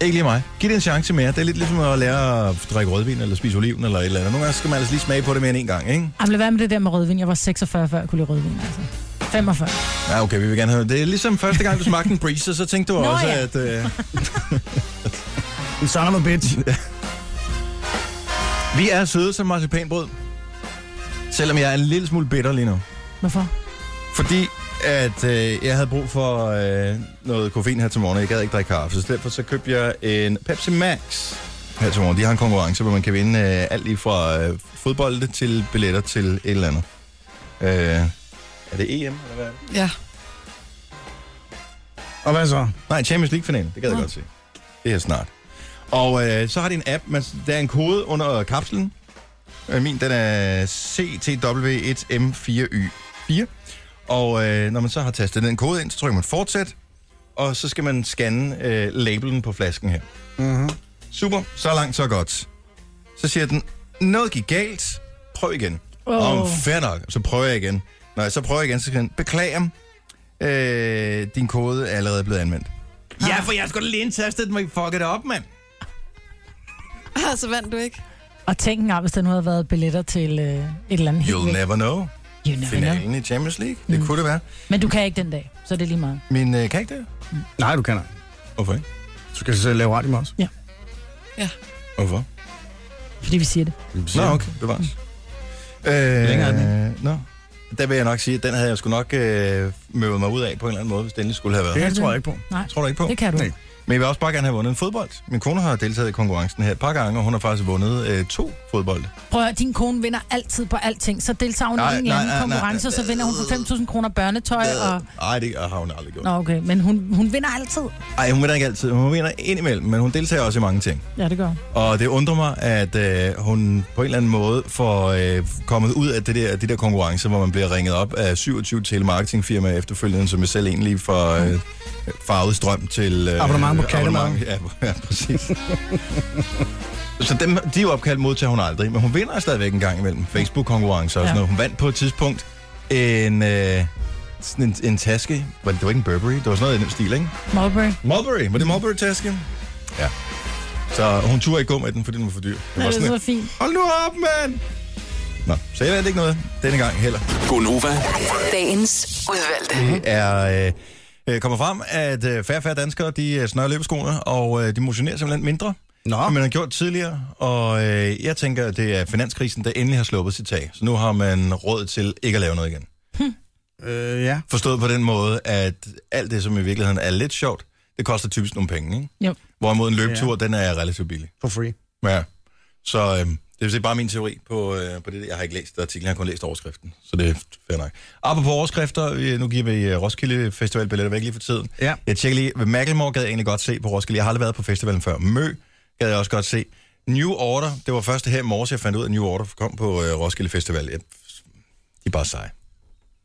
ikke lige mig. Giv det en chance mere. Det er lidt ligesom at lære at drikke rødvin eller spise oliven eller et eller andet. Nogle gange skal man altså lige smage på det mere end en gang, ikke? Jamen, lad være med det der med rødvin. Jeg var 46, før jeg kunne lide rødvin, altså. 45. Ja, okay, vi vil gerne have det. er ligesom første gang, du smagte en breezer, så tænkte du Nå, også, ja. at... Øh... en son of a bitch. vi er søde som marcipanbrød. Selvom jeg er en lille smule bitter lige nu. Hvorfor? Fordi at øh, jeg havde brug for øh, noget koffein her til morgen, og jeg gad ikke drikke kaffe. Så derfor så købte jeg en Pepsi Max her til morgen. De har en konkurrence, hvor man kan vinde øh, alt lige fra øh, fodbold til billetter til et eller andet. Øh, er det EM, eller hvad er det? Ja. Og hvad så? Nej, Champions League-finalen. Det gad jeg Nå. godt se. Det er snart. Og øh, så har de en app. Man, der er en kode under kapslen. Øh, min, den er CTW1M4Y4. Og øh, når man så har tastet den kode ind, så trykker man fortsæt. Og så skal man scanne øh, labelen på flasken her. Mm-hmm. Super, så langt, så godt. Så siger den, noget gik galt. Prøv igen. Åh. Oh. Om fair nok, så prøver jeg igen. Når jeg så prøver igen, så siger den, beklager, øh, din kode er allerede blevet anvendt. Ja, for jeg skulle lige indtaste den, og I fuckede det op, mand. Ah, så vandt du ikke. Og tænk engang, hvis der nu havde været billetter til øh, et eller andet. helt You'll vildt. never know. You never Finalen know. i Champions League, det mm. kunne det være. Men du kan ikke den dag, så det er lige meget. Men øh, kan ikke det? Nej, du kan ikke. Hvorfor ikke? Du skal selv lave radio med os. Ja. Ja. Hvorfor? Fordi vi siger det. Nå, okay, det var øh, Længere den Nå. Der vil jeg nok sige, at den havde jeg sgu nok øh, møvet mig ud af på en eller anden måde, hvis den endelig skulle have været. Det tror jeg ikke på. Nej. Tror du ikke på? Det kan du. Nej. Men jeg vil også bare gerne have vundet en fodbold. Min kone har deltaget i konkurrencen her et par gange, og hun har faktisk vundet øh, to fodbold. Prøv at høre, din kone vinder altid på alting, så deltager hun Nej, i en eller nej, anden nej, nej. konkurrence, og så vinder hun for 5.000 kroner børnetøj, og... Nej, det har hun aldrig gjort. Nå, okay, men hun, hun vinder altid. Nej, hun vinder ikke altid. Hun vinder indimellem, men hun deltager også i mange ting. Ja, det gør hun. Og det undrer mig, at øh, hun på en eller anden måde får øh, kommet ud af det der, de der konkurrencer, hvor man bliver ringet op af 27 telemarketingfirmaer efterfølgende, som er selv egentlig for øh, farvet strøm til... Øh, Abonnement på abonnement. kattemarken. Ja, ja, præcis. Så dem, de er jo opkaldt modtager hun aldrig, men hun vinder stadigvæk en gang imellem Facebook-konkurrencer og sådan Ja. noget. Hun vandt på et tidspunkt en, øh, sådan en, en taske. Var det, det var ikke en Burberry, det var sådan noget i den stil, ikke? Mulberry. Mulberry, var det Mulberry-taske? Ja. Så hun turde ikke gå med den, fordi den var for dyr. Ja, var det er så et- fint. Hold nu op, mand! Nå, så jeg vandt ikke noget denne gang heller. Gonova. Dagens udvalgte. Det er... Øh, øh, kommer frem, at øh, færre og færre danskere, de øh, snører løbeskoene, og øh, de motionerer simpelthen mindre, Nå. end man har gjort tidligere. Og øh, jeg tænker, at det er finanskrisen, der endelig har sluppet sit tag. Så nu har man råd til ikke at lave noget igen. Øh, ja. Forstået på den måde, at alt det, som i virkeligheden er lidt sjovt, det koster typisk nogle penge, ikke? Jo. Hvorimod en løbetur, ja. den er relativt billig. For free. Ja. Så øh, det er bare min teori på, øh, på det. Jeg har ikke læst artiklen, jeg har kun læst overskriften. Så det er fair nok. Apropos overskrifter, øh, nu giver vi øh, Roskilde Festival billetter væk lige for tiden. Ja. Jeg tjekker lige, hvad Macklemore gad jeg egentlig godt se på Roskilde. Jeg har aldrig været på festivalen før. Mø gad jeg også godt se. New Order, det var først her i morges, jeg fandt ud af, at New Order kom på øh, Roskilde Festival. Jeg, de er bare seje.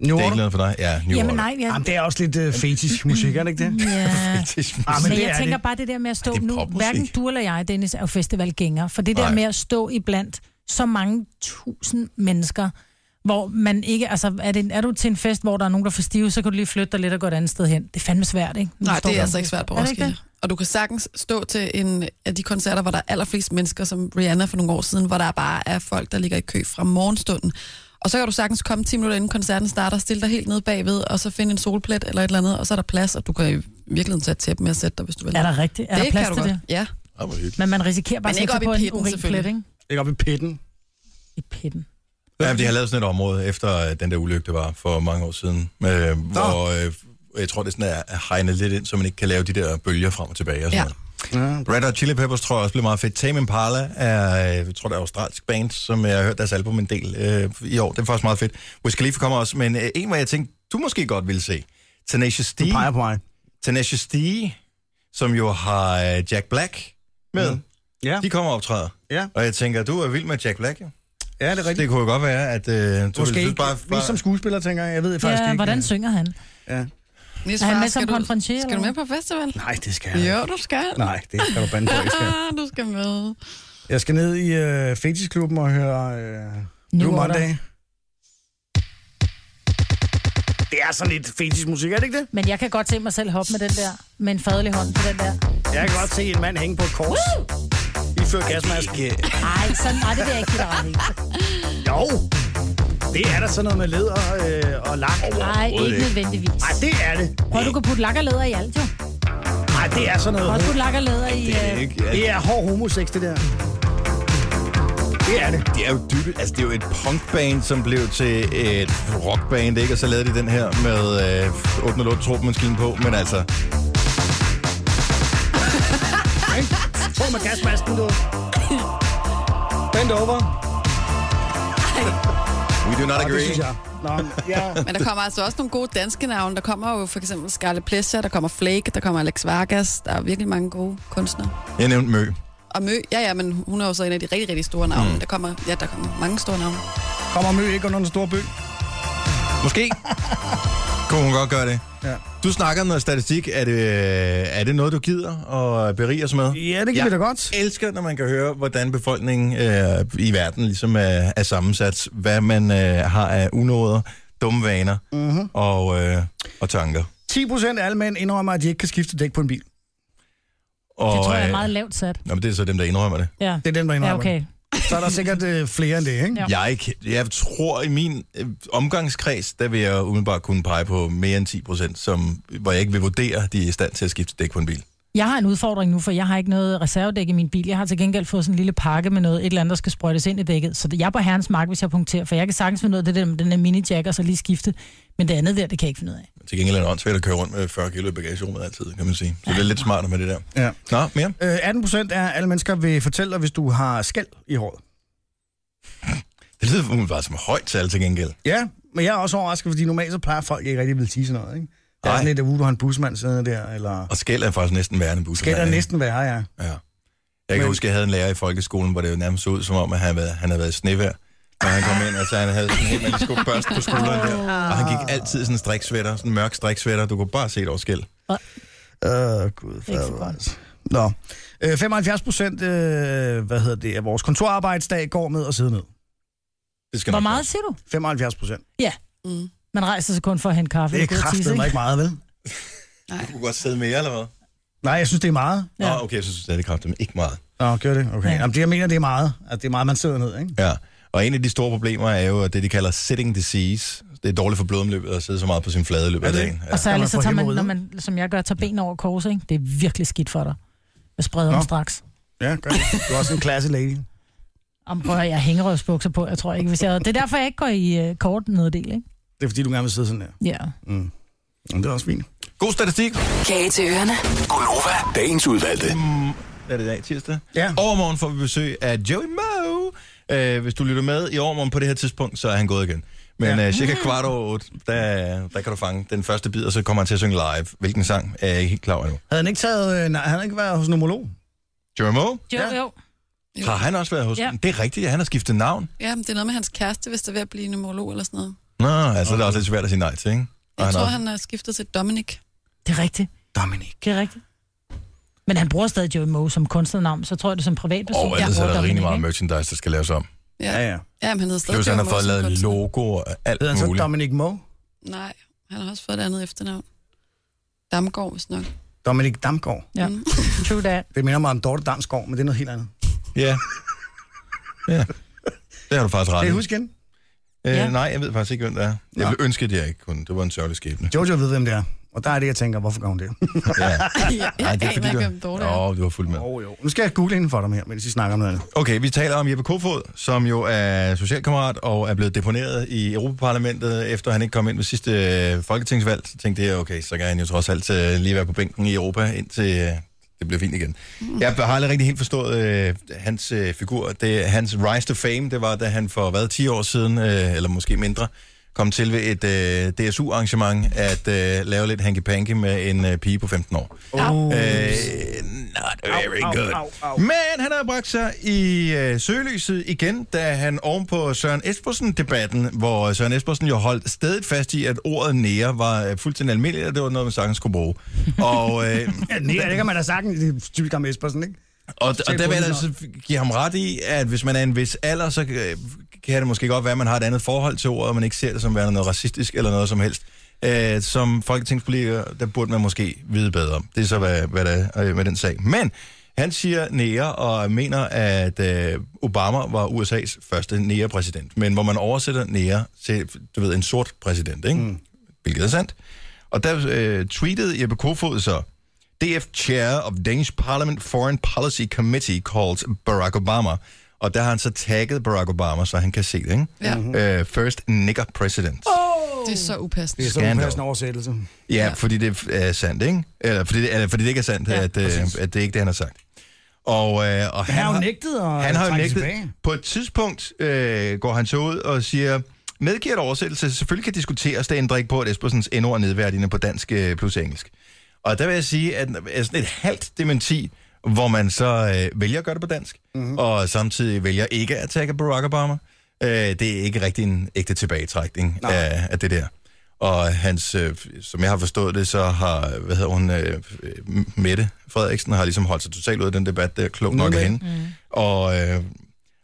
New det er Order? ikke noget for dig? Ja, New Jamen Order. nej, jeg... Jamen, det er også lidt øh, fetisk musik, er det ikke det? Ja. Fetisk Ah, men men det jeg er tænker det. bare det der med at stå det nu, popmusik? hverken du eller jeg, Dennis, er jo festivalgænger, for det der Nej. med at stå iblandt så mange tusind mennesker, hvor man ikke, altså er, det, er du til en fest, hvor der er nogen, der er for stive, så kan du lige flytte dig lidt og gå et andet sted hen. Det er fandme svært, ikke? Nu Nej, står det du- er altså ikke svært på Er det ikke Roskilde. Og du kan sagtens stå til en af de koncerter, hvor der er allerflest mennesker, som Rihanna for nogle år siden, hvor der bare er folk, der ligger i kø fra morgenstunden. Og så kan du sagtens komme 10 minutter inden koncerten starter, stille dig helt nede bagved, og så finde en solplet eller et eller andet, og så er der plads, og du kan i virkeligheden tage et tæppe med at sætte dig, hvis du vil. Er der rigtigt? Er det der plads kan du til godt. det? Ja. Ah, det? Men man risikerer bare Men at ikke sætte sig på op i en pitten, urinplet, selvfølgelig. ikke? Ikke op i pitten. I pitten. Ja, men de har lavet sådan et område efter øh, den der ulykke, der var for mange år siden, øh, hvor øh, jeg tror, det sådan er hegnet lidt ind, så man ikke kan lave de der bølger frem og tilbage. Og sådan ja. Ja. Red Hot Chili Peppers tror jeg også blev meget fedt. Tame Impala er, øh, jeg tror, det er australsk band, som jeg har hørt deres album en del øh, i år. Det er faktisk meget fedt. Wiz Khalifa kommer også, men øh, en, hvor jeg tænkte, du måske godt ville se. Tenacious D. Du peger på mig. Tenacious D som jo har øh, Jack Black med. Mm. Ja. De kommer og optræder. Ja. Og jeg tænker, du er vild med Jack Black, jo. Ja, det er rigtigt. Det kunne jo godt være, at øh, du ville Måske synes ikke, Ligesom bare, bare... som skuespiller, tænker jeg. Jeg ved det faktisk Ja, ikke. øh, hvordan synger han? Ja. Niels Er han far, med som skal du- konfronterer, Skal du eller? med på festival? Nej, det skal jeg Jo, ikke. du skal. Nej, det skal du bande på, ikke skal. du skal med. Jeg skal ned i øh, Fetish-klubben og høre øh, New Order. Monday. Det er sådan lidt fetish-musik, er det ikke det? Men jeg kan godt se mig selv hoppe med den der, med en fadelig hånd på den der. Jeg kan godt se en mand hænge på et kors. I før gasmasken. Ej, sådan, nej, det vil jeg ikke give dig ret i. Jo, det er der sådan noget med leder øh, og lak. Nej, ikke nødvendigvis. Nej, det er det. Prøv, du kan putte lak og læder i alt, jo. Nej, det er sådan Prøv noget. at putte lak og læder i... Det er, øh, ikke, ja, Det er hård homosex, det der. Det er det. det er jo dybt, altså det er jo et punkband, som blev til et rockband, ikke? Og så lavede de den her med øh, 808 trupmaskinen på, men altså, Ikke? På med gasmasken, du. Bend over. we do not Nå, det agree. synes jeg. Nå, men ja. Men der kommer altså også nogle gode danske navne. Der kommer jo for eksempel Scarlett Plesha, der kommer Flake, der kommer Alex Vargas. Der er virkelig mange gode kunstnere. Jeg nævnte Mø. Og Mø, ja ja, men hun er jo så en af de rigtig, rigtig store navne. Mm. Der kommer, ja, der kommer mange store navne. Kommer Mø ikke under en stor by? Måske kunne hun godt gøre det. Ja. Du snakker om noget statistik. Er det, øh, er det noget, du gider at berige os med? Ja, det kan vi da godt. Jeg elsker, når man kan høre, hvordan befolkningen øh, i verden ligesom er, er sammensat. Hvad man øh, har af unåder, dumme vaner Mhm. og, øh, og tanker. 10 procent af alle mænd indrømmer, at de ikke kan skifte dæk på en bil. Og, Det tror jeg er øh, meget lavt sat. Nå, men det er så dem, der indrømmer det. Ja, Det er dem, der ja indrømmer. okay. Så er der sikkert øh, flere end det, ikke? Ja. Jeg, er ikke, jeg tror, i min øh, omgangskreds, der vil jeg umiddelbart kunne pege på mere end 10 procent, som, hvor jeg ikke vil vurdere, de er i stand til at skifte dæk på en bil. Jeg har en udfordring nu, for jeg har ikke noget reservedæk i min bil. Jeg har til gengæld fået sådan en lille pakke med noget, et eller andet, der skal sprøjtes ind i dækket. Så jeg er på herrens mark, hvis jeg punkterer, for jeg kan sagtens finde ud af det der med den der minijack, og så lige skifte. Men det andet der, det kan jeg ikke finde ud af. Men Til gengæld er det åndssvagt at køre rundt med 40 kilo i bagagerummet altid, kan man sige. Så det er lidt smartere med det der. Ja. Nå, mere? Øh, 18 procent af alle mennesker vil fortælle dig, hvis du har skæld i håret. Det lyder umiddelbart som et højt tal til gengæld. Ja, men jeg er også overrasket, fordi normalt så plejer folk ikke rigtig vil sige sådan noget, ikke? Der er Nej. sådan lidt, at uh, du har en busmand siddende der, eller... Og skæld er faktisk næsten værre end en bus. Skæld er næsten værre, ja. Ja. Jeg kan Men- Men... huske, at jeg havde en lærer i folkeskolen, hvor det jo nærmest så ud som om, at han havde, været- han havde været i snevær. Når han kom ind, og så han havde sådan en helt masse børst på skulderen der. Og han gik altid i sådan en striksvætter, sådan en mørk striksvætter. Du kunne bare se et overskæld. Åh, oh, gud. Ikke så fader, godt. altså. Nå. Øh, 75 procent, øh, hvad hedder det, af vores kontorarbejdsdag går med og sidde ned. Det skal Hvor nok meget siger du? 75 procent. Ja. Mm. Man rejser sig kun for at hente kaffe. Det er og gå og tisse, kraftet mig ikke meget, vel? være. Du kunne godt sidde mere, eller hvad? Nej, jeg synes, det er meget. Ja. Nå, okay, jeg synes, det er det kraftigt, men ikke meget. Nå, gør det? Okay. Ja. Ja. Jamen, det, jeg mener, det er meget. At det er meget, man sidder ned, ikke? Ja. Og en af de store problemer er jo det, de kalder sitting disease. Det er dårligt for blodomløbet at sidde så meget på sin flade i løbet Er af det dagen. ikke? øh, Ja. Og Når man særligt, så får tager man, hemorrider. når man, som jeg gør, tager ben over kors, ikke? Det er virkelig skidt for dig. Jeg spreder Nå. dem straks. Ja, gør det. Du er også en klasse lady. Om prøv at høre, jeg har hængerøvsbukser på, jeg tror ikke, hvis jeg... Det er derfor, jeg ikke går i øh, kort neddel, ikke? Det er, fordi du gerne vil sidde sådan der. Ja. Mm. Jamen, det er også fint. God statistik. Kage til ørerne. Gunova, dagens udvalgte. Hvad Mm. er det i dag? Tirsdag? Ja. Overmorgen får vi besøg af Joey Moe. Øh, hvis du lytter med i overmorgen på det her tidspunkt, så er han gået igen. Men ja. øh, cirka kvart over otte, der, der kan du fange den første bid, og så kommer han til at synge live. Hvilken sang er jeg ikke helt klar over endnu. Havde han ikke taget... Øh, nej, havde han ikke været hos en homolog? Joey Moe? Jo, Ja. ja. jo. Har han også været hos Ja. Det er rigtigt, ja, han har skiftet navn. Ja, men det er noget med hans kæreste, hvis der er ved at blive numerolog eller sådan noget. Nå, altså det er også lidt svært at sige nej til, ikke? Og Jeg tror, også- han har skiftet til Dominic. Det er rigtigt. Dominik. Det er rigtigt. Men han bruger stadig Joey Moe som kunstnernavn, så tror jeg det er som privatperson. Og ellers er bruger der rigtig Dominik, meget ikke? merchandise, der skal laves om. Ja, ja. Ja, men han hedder stadig Plus, han har Joe fået Moe som lavet kunstner. logoer og alt Hedder han så muligt. Dominik Moe? Nej, han har også fået et andet efternavn. Damgaard, hvis nok. Dominik Damgaard. Ja. Mm. True that. Det minder mig om Dorte Damsgaard, men det er noget helt andet. Ja. Ja. Det har du faktisk ret Kan i. I huske igen? Øh, Ja. Nej, jeg ved faktisk ikke, hvem det er. Jeg Nå. ville ønske, at jeg ikke kunne. Det var en sørgelig skæbne. Jojo ved, hvem det er. Og der er det, jeg tænker, hvorfor gør hun det? Ja. Jeg, jeg Nej, det er aner fordi, ikke, hvem Dorte du... er. Åh, du har fulgt med. Åh oh, jo. Nu skal jeg google inden for dem her, mens I snakker om noget andet. Okay, vi taler om Jeppe Kofod, som jo er socialkammerat og er blevet deponeret i Europaparlamentet, efter han ikke kom ind ved sidste øh, folketingsvalg. Så tænkte jeg, okay, så kan han jo trods alt øh, lige være på bænken i Europa, indtil øh, det bliver fint igen. Mm. Jeg har aldrig rigtig helt forstået øh, hans øh, figur. Det, hans rise to fame, det var, da han for hvad, 10 år siden, øh, eller måske mindre, kom til ved et øh, DSU-arrangement at øh, lave lidt hanky-panky med en øh, pige på 15 år. Au. Øh, not very Au, au, good. au, au. Men han har bragt sig i øh, søgelyset igen, da han oven på Søren Espersen-debatten, hvor Søren Espersen jo holdt stedet fast i, at ordet nære var øh, fuldstændig almindeligt, og det var noget, man sagtens kunne bruge. Og, øh, Ja, nej, det kan man da sagtens. Det er typisk om Espersen, ikke? og, Så og tæt der på vil jeg den, altså give ham ret i, at hvis man er en vis alder, så øh, kan det måske godt være, at man har et andet forhold til ordet, og man ikke ser det som værende noget racistisk eller noget som helst. Øh, som folketingspolitiker, der burde man måske vide bedre. Det er så, hvad, hvad der er øh, med den sag. Men han siger nære og mener, at øh, Obama var USA's første nære præsident. Men hvor man oversætter nære til, du ved, en sort præsident, ikke? Mm. Hvilket er sandt. Og der øh, tweetede Jeppe Kofod så, DF Chair of Danish Parliament Foreign Policy Committee calls Barack Obama. Og der har han så tagget Barack Obama, så han kan se det, ikke? Ja. Uh, first nigger president. Oh! Det er så upassende. Det er sådan en passende oversættelse. Ja, ja. fordi det er sandt, ikke? Eller fordi det, eller, fordi det ikke er sandt, ja, at, øh, at det er ikke det, han har sagt. Og, øh, og han har jo nægtet at han har jo trække nægtet. tilbage. På et tidspunkt øh, går han så ud og siger, medgiver et oversættelse, selvfølgelig kan diskuteres, det ændrer ikke på, at Espersens endord er nedværdigende på dansk øh, plus engelsk. Og der vil jeg sige, at er sådan et halvt dementi, hvor man så øh, vælger at gøre det på dansk, mm-hmm. og samtidig vælger ikke at tage Barack Obama, øh, det er ikke rigtig en ægte tilbagetrækning af, af det der. Og hans, øh, som jeg har forstået det, så har, hvad hedder hun, øh, Mette Frederiksen, har ligesom holdt sig totalt ud af den debat der, klogt nok af hende. Mm. Og, øh,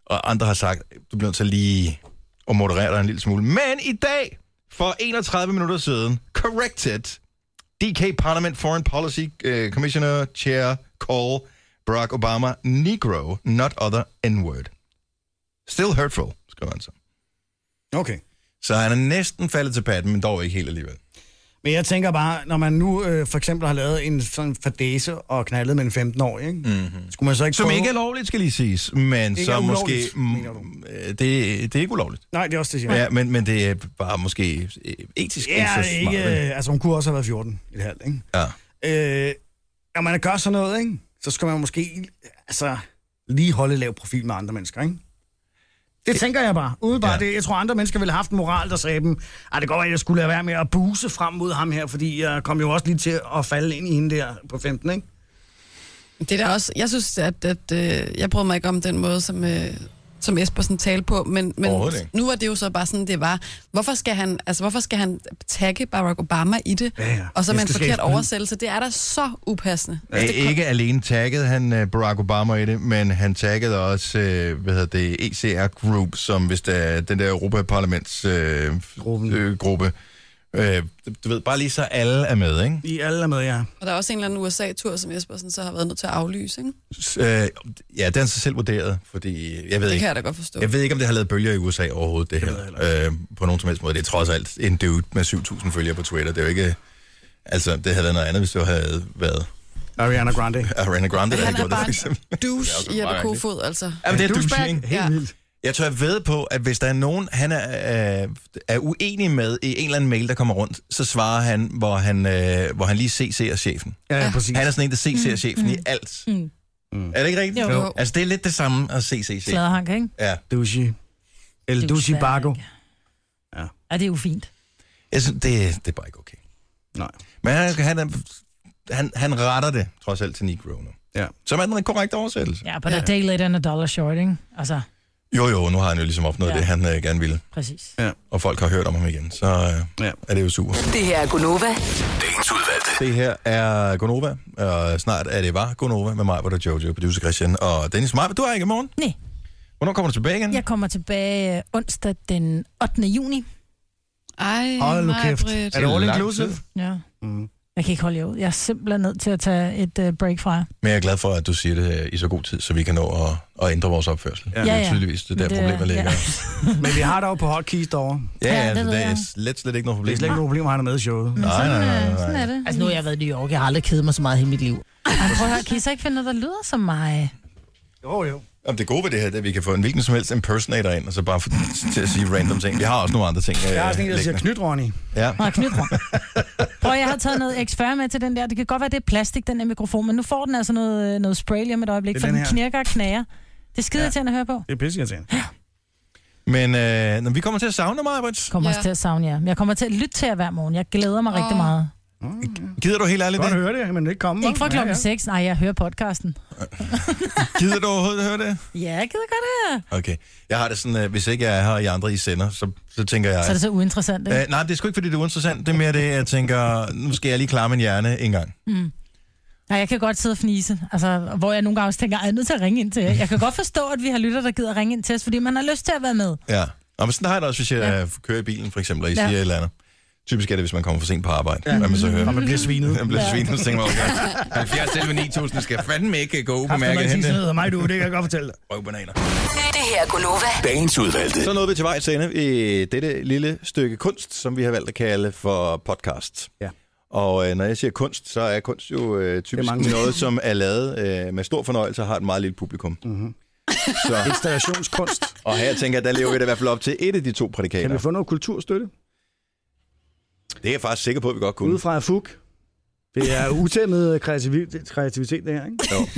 og andre har sagt, du bliver nødt til lige at moderere dig en lille smule. Men i dag, for 31 minutter siden, corrected DK Parliament Foreign Policy uh, Commissioner Chair Call Barack Obama Negro, not other N-word. Still hurtful, skriver han så. Okay. Så han er næsten faldet til patten, men dog ikke helt alligevel. Men jeg tænker bare, når man nu øh, for eksempel har lavet en sådan fadese og knaldet med en 15-årig, ikke? Mm-hmm. Skulle man så ikke Som prøve- ikke er lovligt, skal lige siges, men Ikke så er måske... ulovligt, mener du? Mm, øh, det, det er ikke ulovligt. Nej, det er også det, jeg siger. Ja, men, men det er bare måske øh, etisk Ja, ikke så smart. ikke, vel? øh, altså hun kunne også have været 14 et halvt, ikke? Ja. Øh, når man gør sådan noget, ikke? så skal man måske altså, lige holde lav profil med andre mennesker, ikke? Det tænker jeg bare. Udebart ja. det. Jeg tror, andre mennesker ville have haft en moral, der sagde dem, at det går, at jeg skulle lade være med at buse frem mod ham her, fordi jeg kom jo også lige til at falde ind i hende der på 15, ikke? Det er da også, jeg synes, at, at øh, jeg prøvede mig ikke om den måde, som, øh, som Espersen talte på, men, men Overhovedet ikke. nu var det jo så bare sådan, det var. Hvorfor skal han, altså, hvorfor skal han tagge Barack Obama i det, Ja, ja. og så Det med en skal forkert ske. oversættelse? Det er da så upassende. Altså, ikke alene taggede han øh, Barack Obama i det, men han taggede også, øh, hvad hedder det, ECR Group, som hvis det er den der Europaparlaments øh, øh, gruppe. Øh, du ved, bare lige så alle er med, ikke? I alle er med, ja. Og der er også en eller anden USA-tur, som Espersen så har været nødt til at aflyse, ikke? S- Øh, ja, det har han sig selv vurderet, fordi jeg ved Det ikke... kan jeg da godt forstå. Jeg ved ikke, om det har lavet bølger i USA overhovedet, det her. Øh, på nogen som helst måde. Det er trods alt en dude med 7.000 følgere på Twitter. Det er jo ikke... Altså, det havde været noget andet, hvis det havde været... Ariana Grande. Ariana Grande, der Han havde er gjort det, for bare eksempel. en douche Ja, i det er Jeppe bare Kofod, altså. Jamen, det er douchebag. Helt Ja. vildt. Jeg tror, jeg ved på, at hvis der er nogen, han er, øh, er uenig med i en eller anden mail, der kommer rundt, så svarer han, hvor han, øh, hvor han lige CC'er chefen. Ja, ja, præcis. Han er sådan en, der CC'er chefen mm. i alt. Mm. Mm. Er det ikke rigtigt? Jo. Jo. Altså, det er lidt det samme at CC chefen. Sladerhank, ikke? Ja. Douche. El Douche Bago. Ja, det er ufint. Jeg synes, det, det er bare ikke okay. Nej. Men han, han, er- han, han retter det trods alt til Negro nu. Ja. Som er den korrekte oversættelse. Ja, but a day later and a dollar short, ikke? Altså, Jo, jo, nu har han jo ligesom opnået ja. Ja. det, han øh, gerne ville. præcis. Ja. Og folk har hørt om ham igen, så øh, ja. er det jo super. Det her er Gunova. Det her er Gonova, og snart er det var Gonova med mig, hvor der er Jojo, producer Christian og Dennis Maj. Du er ikke i morgen? Nej. Hvornår kommer du tilbage igen? Jeg kommer tilbage øh, onsdag den 8. juni. Ej, Hold nu mig, kæft. Britt. Er det all inclusive? Ja. Mm. Jeg kan ikke holde jer ud. Jeg er simpelthen nødt til at tage et øh, break fra jer. Men jeg er glad for, at du siger det øh, i så god tid, så vi kan nå at, at ændre vores opførsel. Ja. Det Ja, er ja. tydeligvis det der Men det er- problemet ligger. ja. Men vi har dog på hotkeys derovre. Ja, ja, Ja, det ja altså, ved det er jeg. slet, slet ikke noget problem. Det er slet ikke noget problem, at han er med i showet. Nej, nej, nej, nej. Sådan er det. Altså, nu har jeg været i New York. Jeg har aldrig kedet mig så meget i hele mit liv. Ej, prøv at høre, kan I så ikke finde noget, der lyder som mig? Jo, jo. Jamen, det gode ved det her, det er, at vi kan få en hvilken som helst impersonator ind, og så bare få til at sige random ting. Vi har også nogle andre ting. øh, Jeg har sådan en, der siger, liggende. knyt, Ronny. Ja. Nej, knyt Prøv, jeg har taget noget X40 med til den der. Det kan godt være, det er plastik, den der mikrofon, men nu får den altså noget, øh, noget spray lige om et øjeblik, Det for er den den her. knirker og knager. Det er skide ja. at høre på. Det er pisse, jeg tænker. Men øh, når vi kommer til at savne mig, Brits. Kommer også til at savne jer. Men Jeg kommer til at lytte til jer hver morgen. Jeg glæder mig oh. rigtig meget. Gider du helt ærligt Godt det? høre det, men ikke komme. Ikke fra klokken 6. Nej, jeg hører podcasten. Gider du overhovedet høre det? Ja, jeg gider godt høre. Okay. Jeg har det sådan, at hvis ikke jeg er her, og I andre I sender, så, så tænker jeg... Så er det så uinteressant, ikke? Øh, nej, det er sgu ikke, fordi det er uinteressant. Det er mere det, jeg tænker, nu skal jeg lige klare min hjerne en gang. Mm. Nej, jeg kan godt sidde og fnise, altså, hvor jeg nogle gange også tænker, "Ej, jeg er nødt til at ringe ind til jer. Jeg kan godt forstå, at vi har lytter, der gider ringe ind til os, fordi man har lyst til at være med. Ja. Nå, men sådan har jeg det også, hvis jeg ja. kører i bilen, for eksempel, og I Ja. ja. siger et eller andet. Typisk er det, hvis man kommer for sent på arbejde. Ja. Ja. Hvad man så hører. Og man bliver svinet. Man bliver Ja. svinet, så tænker man, okay. 70 selv 9000 skal fandme ikke gå Haft ubemærket noget hen tid til. siden mig, du, det kan jeg godt fortælle dig. Røvbananer. Det her er Gunova. Dagens udvalgte. Så nåede vi til vejs ende i dette lille stykke kunst, som vi har valgt at kalde for podcast. Ja. Og øh, når jeg siger kunst, så er kunst jo øh, typisk mange ting. noget, som er lavet øh, med stor fornøjelse og har et meget lille publikum. Mm-hmm. Så, Installationskunst. og her tænker jeg, der lever vi da i hvert fald op til et af de to prædikater. Kan vi få noget kulturstøtte? Det er jeg faktisk sikker på, at vi godt kunne. Ude fra Fug. Det er utæmmet kreativitet, kreativitet det her, ikke? Jo.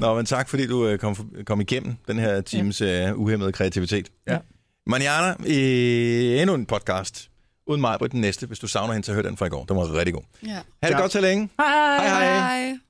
Nå, men tak fordi du øh, kom, for- kom igennem den her times ja. uh, uhemmede kreativitet. Ja. Manjana, øh, endnu en podcast. Uden mig på den næste. Hvis du savner hende, så hør den fra i går. Den var rigtig god. Ja. Ha' det godt så længe. Hej! Hej, hej. Hej.